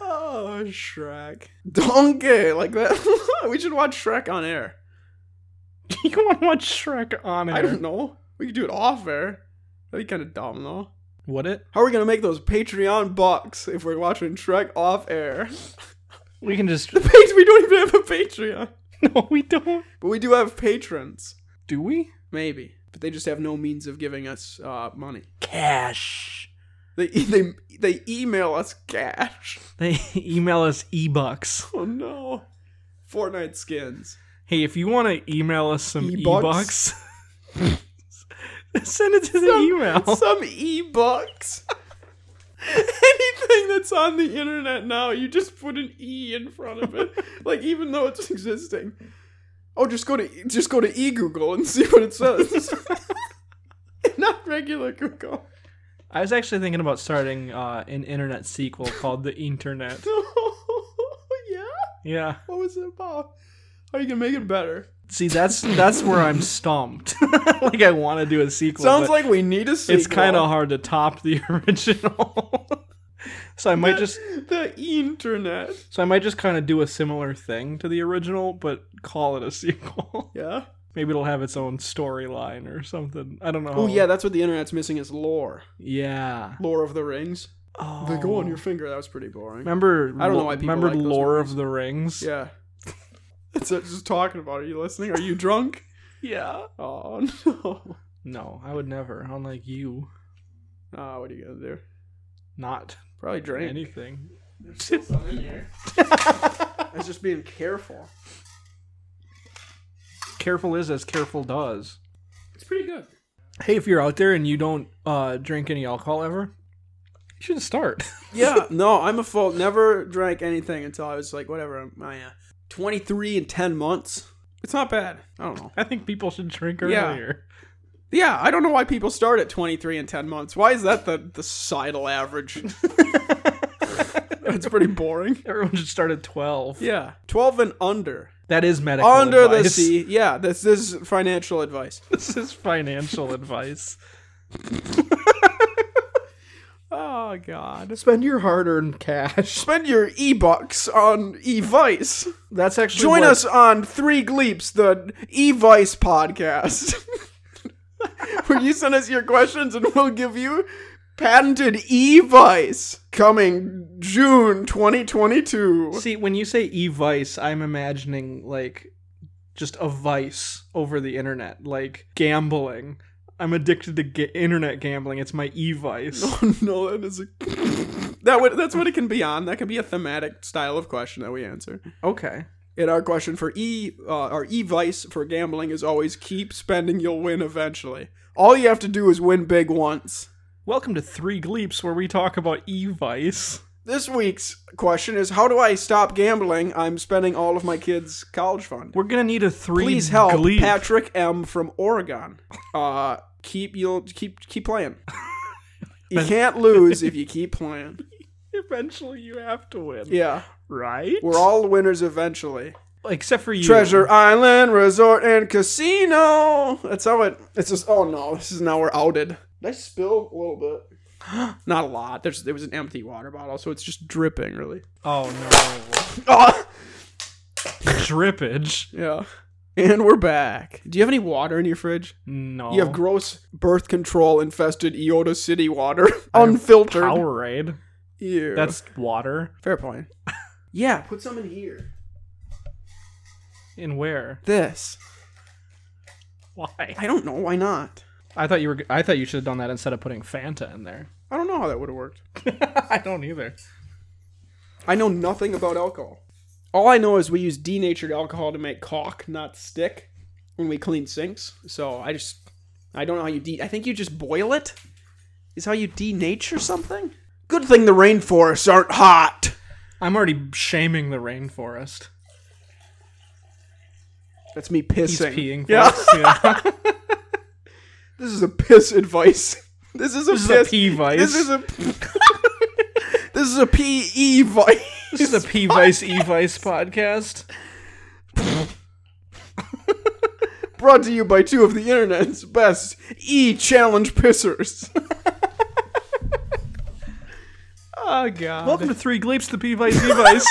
S4: Oh, Shrek. Donkey, like that. <laughs> we should watch Shrek on air.
S5: <laughs> you want to watch Shrek on
S4: I
S5: air?
S4: don't know. We could do it off air. That'd be kind of dumb, though.
S5: Would it?
S4: How are we gonna make those Patreon bucks if we're watching Shrek off air? <laughs>
S5: We can <laughs> just.
S4: Pat- we don't <laughs> even have a Patreon,
S5: no, we don't.
S4: but we do have patrons.
S5: Do we?
S4: Maybe but they just have no means of giving us uh, money.
S5: Cash.
S4: They <laughs> they they email us cash. <laughs>
S5: They <laughs> email us e-bucks.
S4: Oh no, Fortnite skins.
S5: Hey, if you want to email us some
S4: E-bucks?
S5: e-bucks, <laughs> send it to the email.
S4: <laughs> Some e-bucks. <laughs> Anything that's on the internet now, you just put an e in front
S5: <laughs>
S4: of it, like even though it's existing. Oh, just go to just go to e Google and see what it
S5: <laughs>
S4: says. <laughs> Not regular Google.
S5: <laughs>
S4: <laughs>
S5: I was actually thinking about starting uh, an internet sequel called The Internet.
S4: <laughs> yeah.
S5: Yeah.
S4: What was it about? How are you gonna make it better?
S5: See, that's that's where I'm stumped. <laughs> like I want to do a sequel.
S4: Sounds
S5: but
S4: like we need a sequel.
S5: it's kind of hard to top the <laughs> original. so I might just
S4: <laughs> the internet.
S5: so I might just kind of do a similar thing to the original, but call it a sequel. <laughs>
S4: Yeah.
S5: Maybe it'll have its own storyline or something. I don't know.
S4: Oh yeah, that's what the internet's missing is lore.
S5: yeah.
S4: Lore of the Rings.
S5: Oh.
S4: They go on your finger. That was pretty boring.
S5: Remember,
S4: I don't know
S5: lo-
S4: why people
S5: remember
S4: like those
S5: Lore of the Rings?
S4: <laughs> Yeah. That's it, just talking about. it. Are you listening? Are you drunk? <laughs>
S5: Yeah.
S4: Oh no.
S5: No, I would never. Unlike you,
S4: Ah, what are you gonna do?
S5: not
S4: Probably drink.
S5: anything.
S4: <laughs> It's just being careful.
S5: Careful is as careful does.
S4: It's pretty good.
S5: Hey, if you're out there and you don't uh, drink any alcohol ever, you should start. <laughs>
S4: Yeah. no, I'm a fault. Never drank anything until I was like whatever. I'm I, uh, 23 and 10 months. It's not bad. I don't know.
S5: I think people should drink
S4: Yeah.
S5: earlier.
S4: Yeah, I don't know why people start at 23 and 10 months. Why is that the, the societal average? <laughs> That's pretty boring.
S5: Everyone should start at 12.
S4: Yeah. 12 and under.
S5: That is medical
S4: under the
S5: advice.
S4: sea. Yeah, this is financial advice.
S5: This is financial <laughs> advice.
S4: Oh, God.
S5: Spend your hard-earned cash.
S4: Spend your e bucks on e vice.
S5: <laughs> That's actually
S4: Join
S5: what-
S4: us on Three Gleeps, the e vice podcast, <laughs> where you send us your questions and we'll give you patented e vice coming June 2022.
S5: See, when you say e-vice, I'm imagining like just a vice over the internet, like gambling. I'm addicted to ga- internet gambling. It's my e-vice.
S4: <laughs> <laughs> no, that is a that would that's what it can be on. That could be a thematic style of question that we answer.
S5: Okay.
S4: And our question for e uh, our e vice for gambling is always keep spending, you'll win eventually. All you have to do is win big once.
S5: Welcome to Three Gleeps, where we talk about e-vice.
S4: This week's question is how do I stop gambling? I'm spending all of my kids' college fund.
S5: We're gonna need a three.
S4: Please help
S5: Gleep.
S4: Patrick M from Oregon. Uh, keep you'll keep keep playing. You can't lose if you keep playing.
S5: <laughs> Eventually, you have to win,
S4: Yeah,
S5: right?
S4: we're all winners eventually.
S5: except for you.
S4: Treasure Island Resort and Casino. That's how it. It's just. Oh no, this is now we're outed. Did I spill a little bit? Not a lot. There's there was an empty water bottle, so it's just dripping really.
S5: Oh no!
S4: <laughs> Ah,
S5: Drippage.
S4: yeah. And we're back. Do you have any water in your fridge?
S5: No.
S4: You have gross birth control infested Iota City <laughs> water, unfiltered.
S5: Powerade.
S4: Ew.
S5: That's water.
S4: fair point. yeah, put some in here.
S5: In where?
S4: This.
S5: Why?
S4: I don't know. Why not?
S5: I thought you were. I thought you should have done that instead of putting Fanta in
S4: <laughs>
S5: there.
S4: I don't know how that would have worked.
S5: I don't either.
S4: I know nothing about alcohol. All I know is we use denatured alcohol to make caulk, not stick, when we clean sinks. So I just, I don't know how you de. I think you just boil it. Is how you denature something. Good thing the rainforests aren't hot.
S5: I'm already shaming the rainforest.
S4: That's me
S5: He's
S4: pissing.
S5: peeing. For
S4: Yeah.
S5: us. yeah.
S4: <laughs> This is a piss advice. <laughs> This is a
S5: This is
S4: piss.
S5: a pee vice.
S4: This is a. <laughs> this is a P E vice.
S5: This is a P Vice E Vice podcast.
S4: Brought to you by two of the internet's best E challenge pissers. oh god.
S5: Welcome to Three Gleeps, the P Vice E
S4: <laughs>
S5: Vice.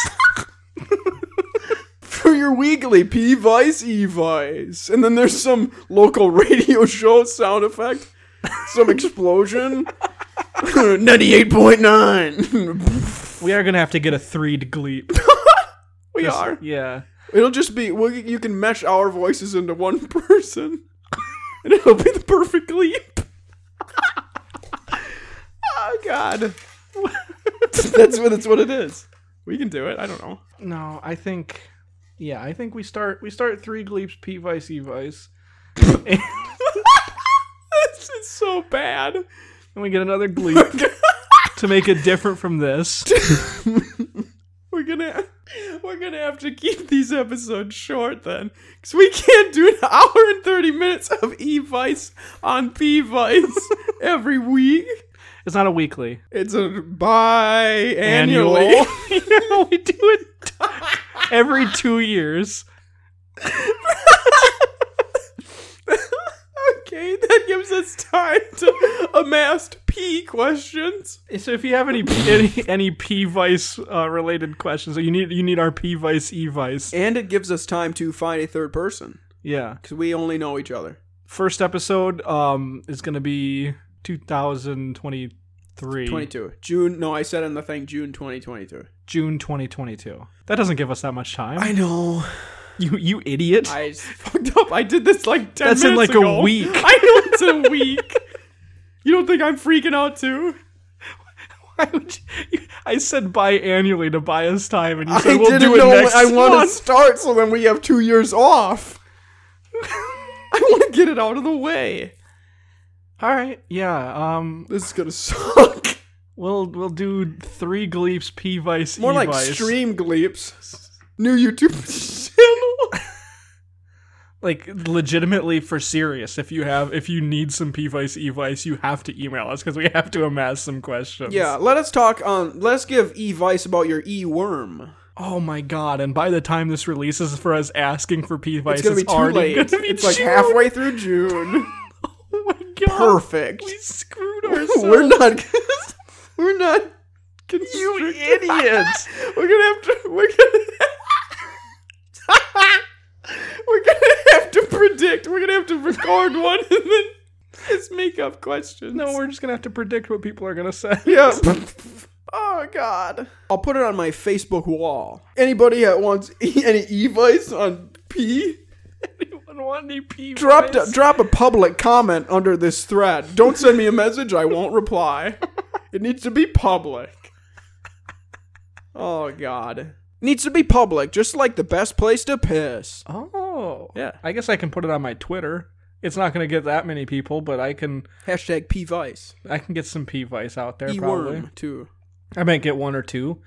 S4: for your weekly P Vice E Vice. And then there's some local <laughs> radio show sound effect. Some explosion. <laughs> 98.9.
S5: we are gonna have to get a three gleep.
S4: <laughs> we are.
S5: Yeah.
S4: It'll just be well, you can mesh our voices into one person. <laughs> and it'll be the perfect leap. <laughs> oh God, <laughs> that's what that's what it is. We can do it. I don't know.
S5: No, I think, yeah, I think we start we start three gleeps p vice e vice, <laughs>
S4: This is so bad.
S5: and we get another gleep to make it different from this.
S4: We're gonna <laughs> we're gonna have to keep these episodes short then, because we can't do an hour and thirty minutes of E Vice on P <laughs> Vice every week.
S5: It's not a weekly.
S4: It's a biannually. <laughs>
S5: Annual. we do it t- every two years.
S4: okay, that gives us time to amass P questions.
S5: So if you have any any, any p vice uh, related questions, you need you need our p vice e vice.
S4: And it gives us time to find a third person,
S5: Yeah.
S4: because we only know each other.
S5: First episode um is gonna be 2023.
S4: 22. June, no, I said in the thing June 2022.
S5: June 2022. That doesn't give us that much time.
S4: know.
S5: you you idiot.
S4: <laughs> I just fucked up. I did this like 10
S5: That's in
S4: minutes
S5: like a
S4: ago.
S5: week.
S4: <laughs> I know it's a week. you don't think I'm freaking out too?
S5: <laughs> Why would you, I said biannually to buy us time, and you said
S4: I
S5: we'll
S4: didn't
S5: do it
S4: know
S5: next
S4: when I want to
S5: month.
S4: start, so then we have two years off. <laughs> I want to get it out of the way.
S5: All right, yeah. Um,
S4: This is gonna suck.
S5: we'll we'll do three gleeps, p vice,
S4: More
S5: e
S4: like
S5: vice.
S4: stream <laughs> gleeps. New YouTube channel.
S5: <laughs> like legitimately for serious. If you have, if you need some p vice, e vice, you have to email us because we have to amass some questions.
S4: yeah, let us talk. Um, let's give E Vice about your E Worm.
S5: Oh my god! And by the time this releases for us asking for p vice,
S4: It's gonna be too
S5: already
S4: late.
S5: gonna be
S4: It's like
S5: June.
S4: halfway through <laughs> June.
S5: <laughs> Oh my god!
S4: Perfect. <laughs>
S5: We screwed ourselves.
S4: We're not. <laughs> We're not. <laughs>
S5: you
S4: constricted.
S5: idiots!
S4: We're gonna have to. We're gonna. <laughs> we're gonna have to predict. We're gonna have to record one and then just make up questions.
S5: No, we're just gonna have to predict what people are gonna say. <laughs>
S4: Yeah. <laughs> oh God. I'll put it on my Facebook wall. Anybody that wants <laughs> e- any e-vice on P,
S5: Anyone want any p
S4: drop
S5: vice?
S4: a, drop a public comment under this thread. Don't send me a message. I won't reply. It needs to be public. Oh God. Needs to be public, just like the best place to piss.
S5: Oh.
S4: Yeah.
S5: I guess I can put it on my Twitter. It's not going to get that many people, but I can
S4: Hashtag P Vice.
S5: I can get some P vice out there
S4: E
S5: probably.
S4: worm too.
S5: I might get one or two.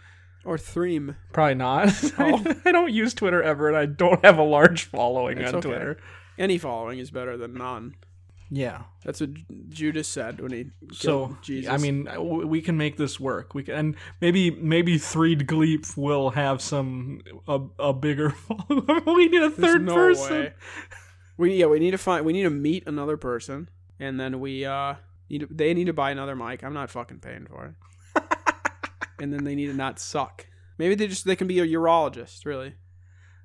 S4: Or threem.
S5: Probably not. <laughs> I, I don't use Twitter ever and I don't have a large following
S4: Oh. It's
S5: on
S4: okay.
S5: Twitter.
S4: Any following is better than none.
S5: Yeah.
S4: That's what Judas said when he killed
S5: So
S4: Jesus.
S5: I mean, w- we can make this work. We can, and maybe maybe three Gleep will have some a, a bigger <laughs> follower. we need a
S4: There's
S5: third
S4: no
S5: person.
S4: way. We yeah, we need to find we need to meet another person, and then we uh need to, they need to buy another mic. I'm not fucking paying for
S5: <laughs>
S4: it. and then they need to not suck. Maybe they just they can be a urologist. Really,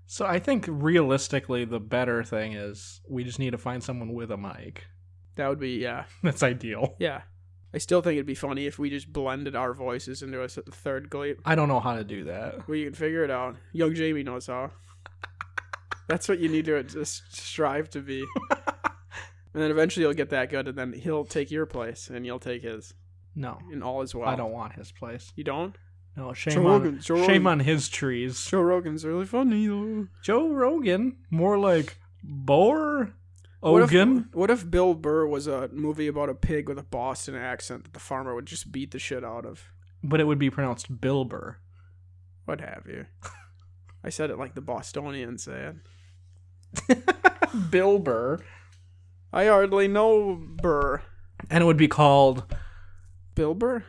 S5: So I think realistically, the better thing is we just need to find someone with a mic. <laughs>
S4: that would be yeah
S5: That's ideal.
S4: yeah. I still think it'd be funny if we just blended our voices into a s- third gleep.
S5: I don't know how to do that.
S4: We can figure it out. Young Jamie knows how. That's what you need to just strive
S5: <laughs>
S4: to be. and then eventually you'll get that good, and then he'll take your place, and you'll take his,
S5: No,
S4: and all is well.
S5: I don't want his place.
S4: You don't?
S5: No, shame
S4: Joe
S5: on
S4: Rogan- Joe
S5: shame
S4: Rogan.
S5: on his trees.
S4: Joe Rogan's really funny though.
S5: Joe Rogan, more like Boar
S4: What if-
S5: Ogan.
S4: What if Bill Burr was a movie about a pig with a Boston accent that the farmer would just beat the shit out of?
S5: but it would be pronounced Bilber.
S4: What have
S5: <laughs>
S4: you? I said it like the Bostonians say it.
S5: Bilber,
S4: I hardly know Burr.
S5: and it would be called.
S4: Bill Burr?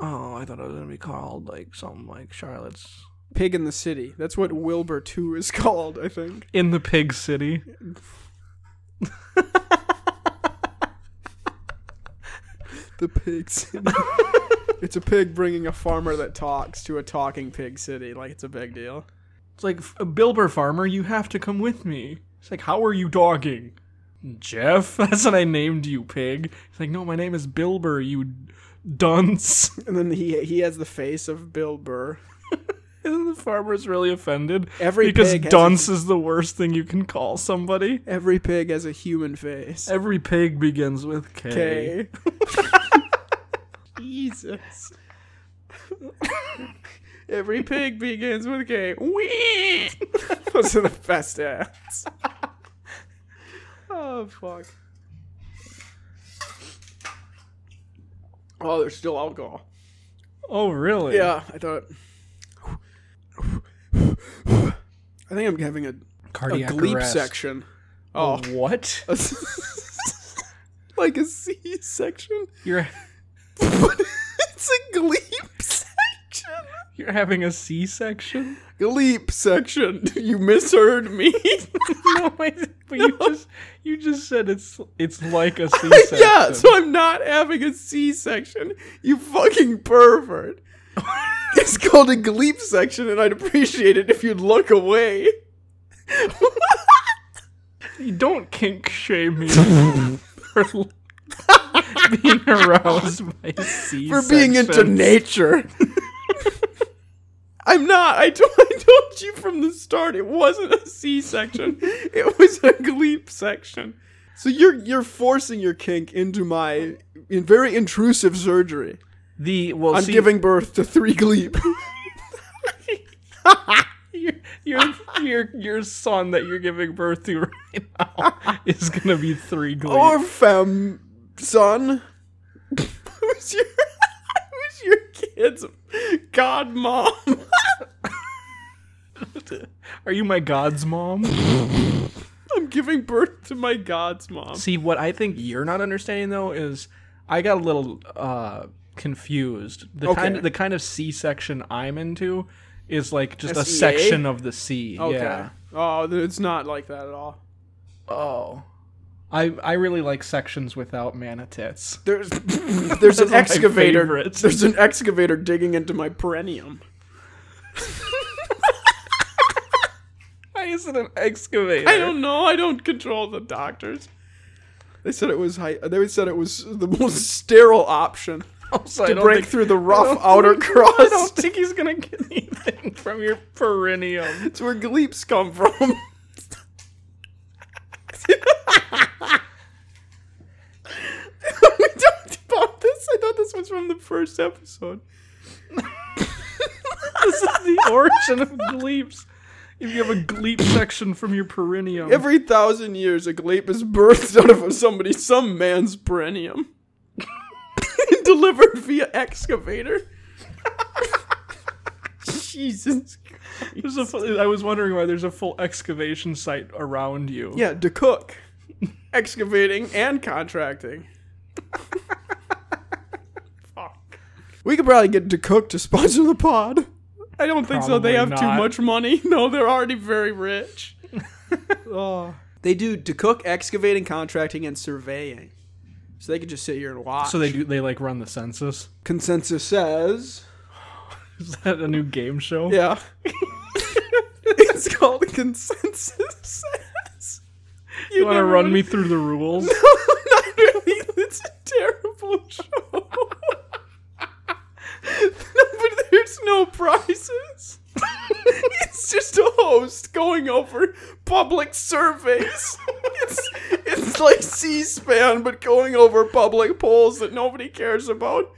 S5: Oh, I thought it was gonna be called like something like Charlotte's
S4: Pig in the City. That's what Wilbur 2 is <laughs> called, I think.
S5: in the Pig City.
S4: The Pig City. <laughs> it's a pig bringing a farmer that talks to a talking pig city. Like, it's a big deal.
S5: It's like, "F- Bilber Farmer, you have to come with me. It's like, how are you dogging? Jeff? <laughs> That's what I named you, pig. It's like, no, my name is Bilber, you dunce. <laughs>
S4: And then he he has the face of Bill Burr.
S5: the farmer's really offended.
S4: Every
S5: because
S4: pig has a-
S5: dunce is the worst thing you can call somebody.
S4: Every pig has a human face.
S5: Every pig begins with K.
S4: Okay. <laughs> Jesus. <laughs> Every pig begins with K. Wee! <laughs> Those are the best ads. oh fuck. Oh, there's still alcohol.
S5: Oh really?
S4: Yeah, I thought. I think I'm having a, a
S5: Cardiac
S4: gleep
S5: arrest.
S4: section. <laughs> Oh,
S5: What? <laughs>
S4: like a C section.
S5: You're
S4: <laughs> it's a gleep section.
S5: you're having a C-section?
S4: Gleep section. You misheard <laughs> me.
S5: <laughs> no, I, but you just you just said it's it's like
S4: <laughs>
S5: a C-section.
S4: yeah, so I'm not having a C section. You fucking <laughs> pervert. it's called a gleep section, and I'd appreciate it if you'd look away. <laughs>
S5: You don't kink shame me <laughs> for l- being aroused by C-section.
S4: for being into nature. <laughs> I'm not. I told, I told you from the start it wasn't a C <laughs> section. it was a gleep section. So you're you're forcing your kink into my in very intrusive surgery.
S5: the well.
S4: I'm
S5: see,
S4: giving birth to three <laughs> gleep.
S5: your, your your your son that you're giving birth to <laughs> right now is gonna be three glee.
S4: or fem son. <laughs> who's your who's your kid's god mom?
S5: Are you my god's mom?
S4: <laughs> I'm giving birth to my god's mom.
S5: see what I think you're not understanding though is I got a little uh confused. The
S4: Okay.
S5: kind the kind of C section I'm into is like just E a
S4: SEA?
S5: section of the C.
S4: Okay.
S5: Yeah.
S4: Oh, th- it's not like that at all.
S5: Oh. I, I really like sections without manatits.
S4: There's <laughs> there's an
S5: my
S4: excavator.
S5: favorites.
S4: There's an excavator digging into my perineum.
S5: Why is it an excavator? <laughs>
S4: I don't know. I don't control the doctors. They said it was high, they said it was the most sterile option <laughs>
S5: Also, I
S4: to
S5: don't
S4: break
S5: think-
S4: through the
S5: I
S4: rough
S5: don't
S4: outer
S5: think- <laughs> I don't
S4: crust.
S5: think he's gonna get anything from your perineum.
S4: It's where gleeps come from. <laughs> we talked about this. I thought this was from the first episode.
S5: This is the origin of <laughs> gleeps. If you have a gleep section from your perineum,
S4: Every thousand years, a glape is birthed out of somebody, some man's perineum, <laughs> delivered via excavator. <laughs> Jesus.
S5: there's a fu- I was wondering why there's a full excavation site around you.
S4: Yeah, to cook, excavating and contracting. <laughs> Fuck. We could probably get to cook to sponsor the pod. I don't think so. They have
S5: Probably
S4: too
S5: not.
S4: much money. <laughs> No, they're already very rich.
S5: Ah,
S4: oh. They do to cook, excavating, contracting, and surveying. So they could just sit here and watch.
S5: So they do. They like run the census. <laughs>
S4: consensus says.
S5: Is that a new game show?
S4: Yeah. <laughs> it's called consensus says.
S5: You want to
S4: never
S5: run
S4: would've-
S5: me
S4: <laughs>
S5: through the rules?
S4: not really. It's a terrible show. <laughs> no, but there's no prizes. it's just a host going over public surveys. it's it's like C-SPAN, but going over public polls that nobody cares about.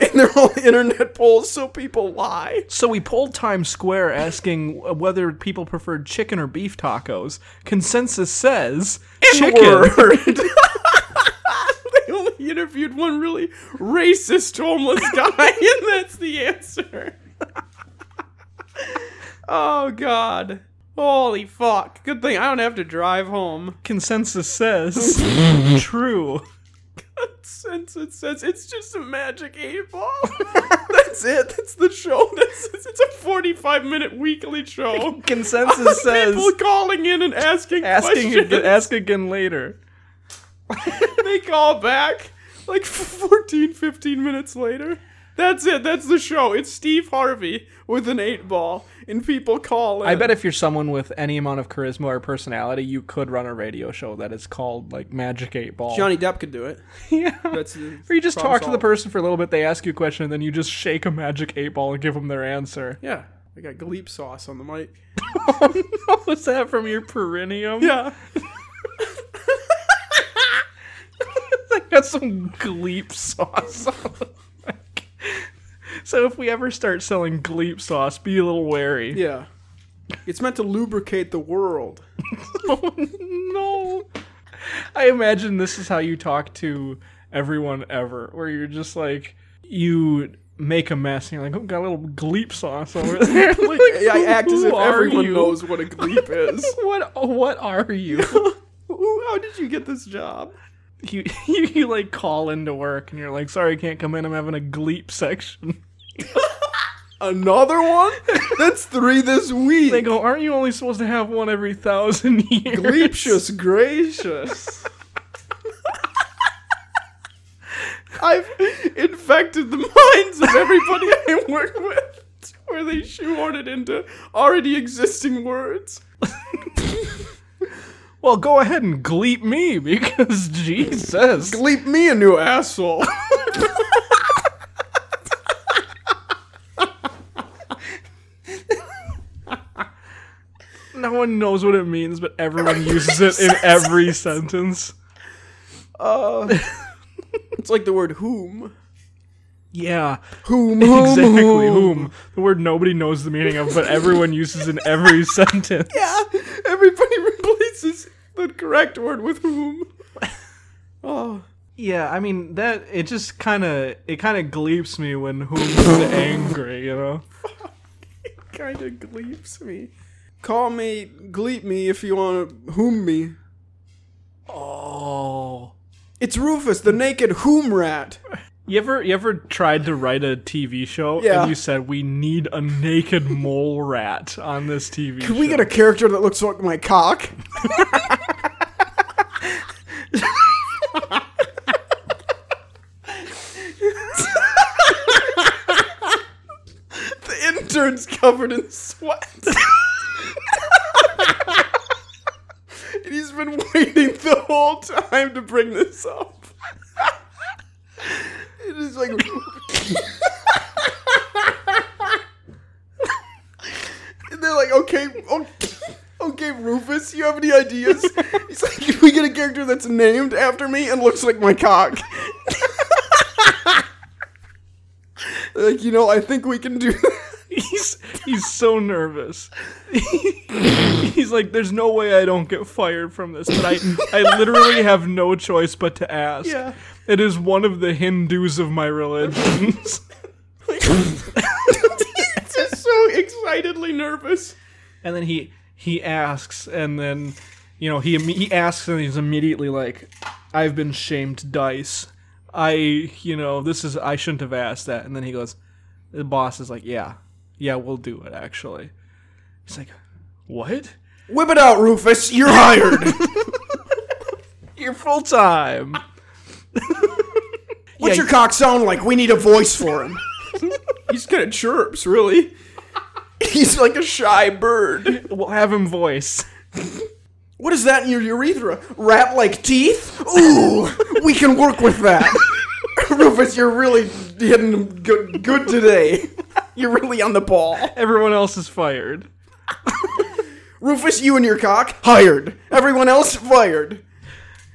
S4: And they're all internet polls, so people lie.
S5: So we polled Times Square asking whether people preferred chicken or beef tacos. Consensus says chicken.
S4: Word. <laughs> they only interviewed one really racist homeless guy, <laughs> and that's the answer. <laughs> oh God! Holy fuck! Good thing I don't have to drive home.
S5: Consensus
S4: <laughs>
S5: says true.
S4: Since it says it's just a magic eight ball. <laughs> that's it. That's the show. <laughs> That's it's a forty-five minute weekly show.
S5: Consensus says
S4: People calling in and asking
S5: asking
S4: questions.
S5: again, ask again later.
S4: <laughs> they call back like 14, 15 minutes later. That's it. That's the show. It's Steve Harvey with an eight ball, and people call in.
S5: I bet if you're someone with any amount of charisma or personality, you could run a radio show that is called like Magic Eight Ball.
S4: Depp could do it.
S5: <laughs> yeah.
S4: That's
S5: Or you just
S4: problem
S5: talk to the
S4: solved.
S5: person for a little bit, they ask you a question, and then you just shake a magic eight ball and give them their answer.
S4: Yeah. I got gleep sauce on the mic.
S5: <laughs> Was that from your perineum?
S4: <laughs>
S5: <laughs>
S4: Yeah.
S5: I got some gleep sauce. <laughs> on it. so if we ever start selling gleep sauce, be a little wary.
S4: Yeah. It's meant to lubricate the world.
S5: no. I imagine this is how you talk to everyone ever, where you're just like you make a mess and you're like, oh, got a little gleep sauce over
S4: <laughs>
S5: there. like,
S4: Yeah, I act as
S5: who
S4: if
S5: are
S4: everyone
S5: you?
S4: knows what a gleep <laughs> is.
S5: What what are you?
S4: <laughs> Ooh, how did you get this job?
S5: you, <laughs> you you like call into work and you're like, sorry, I can't come in. I'm having a gleep section.
S4: Another <laughs> one? That's three this week.
S5: They go, aren't you only supposed to have one every thousand <laughs> years?
S4: <laughs> Gleeptious gracious. I've infected the minds of everybody I work with where they shoehorn it into already existing words.
S5: Well, go ahead and gleep me because <laughs> Jesus.
S4: Gleep me a new asshole.
S5: No one knows what it means, but <laughs> everyone uses it in every sentence.
S4: it's like the word whom.
S5: Yeah,
S4: <laughs> Whom,
S5: <laughs> exactly. Whom the word nobody knows the meaning of, but everyone uses in every <laughs> sentence.
S4: Yeah, <laughs> everybody replaces the correct word
S5: <laughs>
S4: with whom. Oh,
S5: Yeah, I mean that it just kind of it kind of gleeps me when <laughs> who's angry, you know.
S4: kind of gleeps me. Call me, gleep me if you want to whom me.
S5: Oh.
S4: It's Rufus, the naked whom rat.
S5: You ever you ever tried to write a TV show
S4: Yeah.
S5: and you said we need a naked mole rat on this TV
S4: Can we get a character that looks like my cock? <laughs> the intern's covered in sweat. and he's been waiting the whole time to bring this up. it is like. And they're like, okay, okay, okay, Rufus, you have any ideas? He's like, can we get a character that's named after me and looks like my cock? <laughs> They're like, you know, I think we can do that.
S5: <laughs> he's he's so nervous. <laughs> he's like, there's no way I don't get fired from this, but I I literally have no choice but to ask.
S4: Yeah.
S5: It is one of the Hindus of my religions. <laughs>
S4: He's just so excitedly nervous.
S5: and then he he asks, and then you know he imme- he asks, and he's immediately like, "I've been shamed, dice. I you know this is I shouldn't have asked that." And then he goes, the boss is like, "Yeah, yeah, we'll do it." Actually, he's like, "What?
S4: Whip it out, Rufus. You're <laughs> hired.
S5: You're full time."
S4: What's your cock sound like? We need a voice for him. <laughs> He's kind of chirps, really. He's like a shy bird.
S5: We'll have him voice.
S4: What is that in your urethra? Rat like teeth? Ooh, we can work with that. <laughs> Rufus, you're really hitting good, good today. <laughs> You're really on the ball.
S5: Everyone else is fired.
S4: Rufus, you and your cock, hired. Everyone else, fired.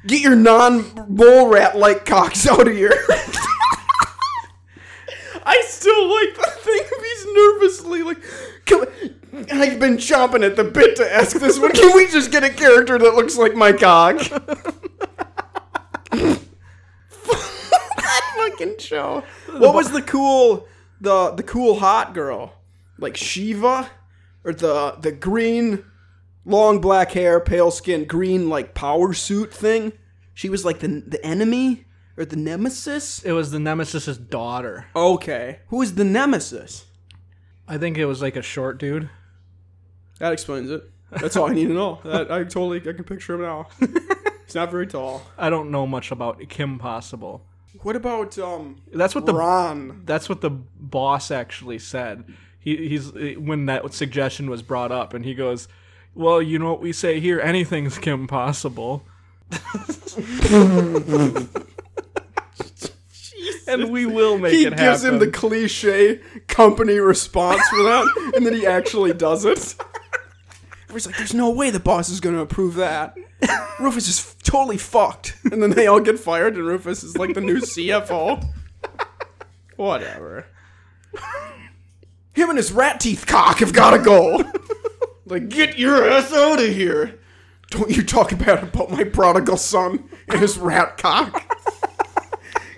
S4: Get your non bull rat like cocks out of here. <laughs> I still like the thing of he's nervously like, come I've been chomping at the bit to ask this one. Can we just get a character that looks like my <laughs> cock? that fucking show. What was the cool, the the cool hot girl, like Shiva, or the the green, long black hair, pale skin, green like power suit thing? She was like the the enemy or the nemesis.
S5: It was the nemesis's daughter.
S4: Okay. Who is the nemesis?
S5: I think it was like a short dude.
S4: That explains it. That's all I need to <laughs> know. That I totally I can picture him <laughs> now. He's not very tall.
S5: I don't know much about Kim Possible.
S4: What about um
S5: That's what the
S4: Ron?
S5: that's what the boss actually said. He, he's when that suggestion was brought up, and he goes, "Well, you know what we say here: anything's <laughs> Kim possible." <laughs> and we will make
S4: He
S5: it happen.
S4: gives him the cliche company response for that, and then he actually does it. Everybody's like, "There's no way the boss is going to approve that." Rufus is f- totally fucked, and then they all get fired, and Rufus is like the new CFO. Whatever. Him and his rat teeth cock have got to go. like, get your ass out of here! Don't you talk bad about my prodigal son and his rat cock.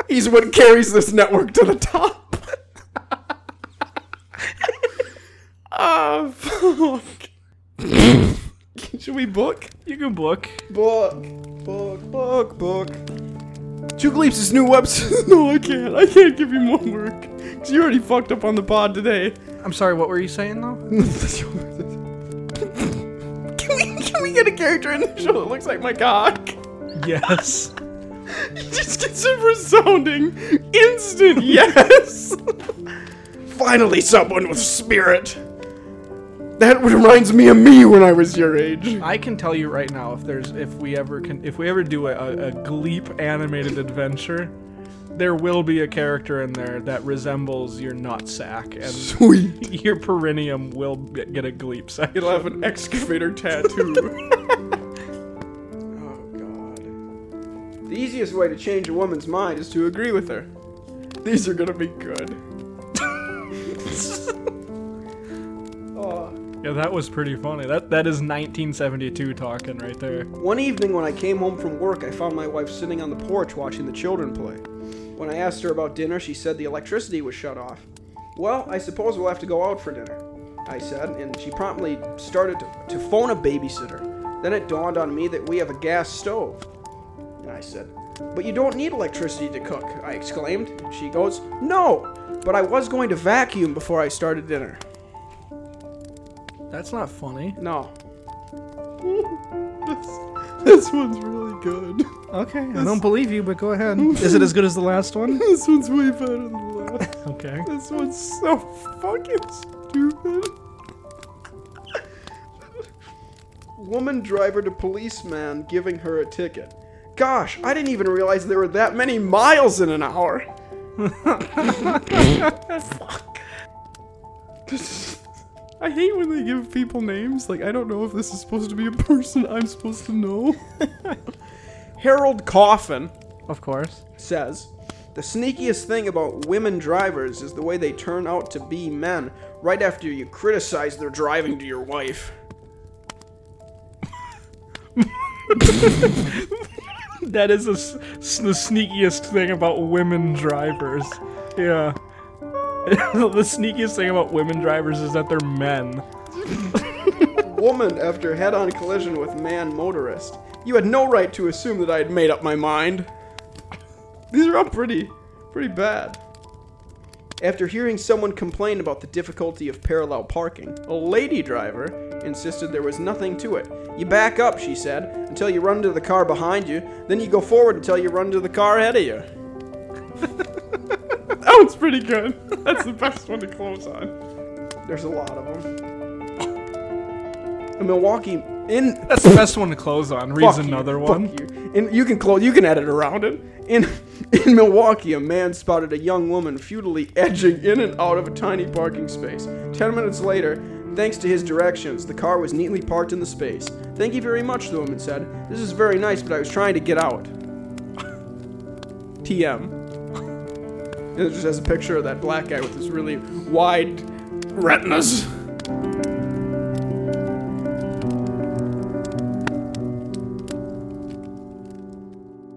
S4: He's what carries this network to the top. <laughs> oh, fuck. <laughs> Should we book?
S5: you can book.
S4: Book. Book, book, book. Two Gleeps' new website. <laughs> no, I can't. I can't give you more work. 'Cause you already fucked up on the pod today. <laughs>
S5: I'm sorry, what were you saying though?
S4: can, we, can we get a character in the show that looks like my cock?
S5: Yes.
S4: just gets a resounding instant yes. Finally, someone with spirit. That reminds me of me when I was your age.
S5: I can tell you right now if there's if we ever can if we ever do a, a, a Gleep animated adventure, there will be a character in there that resembles your nutsack and <laughs>
S4: Sweet.
S5: your perineum will be- get a Gleep section.
S4: You'll have an excavator tattoo. The easiest way to change a woman's mind is to agree with her. These are gonna be good.
S5: <laughs>
S4: <laughs>
S5: Yeah, that was pretty funny. That that is 1972 talking right there.
S4: One evening when I came home from work, I found my wife sitting on the porch watching the children play. When I asked her about dinner, she said the electricity was shut off. Well, I suppose we'll have to go out for dinner, I said, and she promptly started to, to phone a babysitter. Then it dawned on me that we have a gas stove. And I said, But you don't need electricity to cook, I exclaimed. She goes, No, but I was going to vacuum before I started dinner.
S5: That's not funny.
S4: No. this, this one's really good.
S5: Okay, I don't believe you, but go <laughs> ahead. is it as good as the last one?
S4: This one's way better than the last.
S5: Okay.
S4: This one's so fucking stupid. Woman driver to policeman giving her a ticket. Gosh, I didn't even realize there were that many miles in an hour. <laughs> I hate when they give people names. Like, I don't know if this is supposed to be a person I'm supposed to know. Harold Coffin
S5: Of course.
S4: says the sneakiest thing about women drivers is the way they turn out to be men right after you criticize their driving to your wife.
S5: <laughs> That is a s- s- the sneakiest thing about women drivers. Yeah. <laughs> the sneakiest thing about women drivers is that they're men.
S4: Woman after head on collision with man motorist. You had no right to assume that I had made up my mind. <laughs> These are all pretty, pretty bad. After hearing someone complain about the difficulty of parallel parking, a lady driver insisted there was nothing to it. You back up, she said, until you run into the car behind you, then you go forward until you run into the car ahead of you. <laughs> that one's pretty good. That's the best one to close on. There's a lot of them. A Milwaukee in
S5: That's the best one to close on. Reads
S4: Fuck you,
S5: another
S4: fuck
S5: one.
S4: you. And you can close. You can edit around it. In in Milwaukee, a man spotted a young woman futilely edging in and out of a tiny parking space. Ten minutes later, thanks to his directions, the car was neatly parked in the space. Thank you very much, the woman said. This is very nice, but I was trying to get out. TM. And it just has a picture of that black guy with his really wide retinas.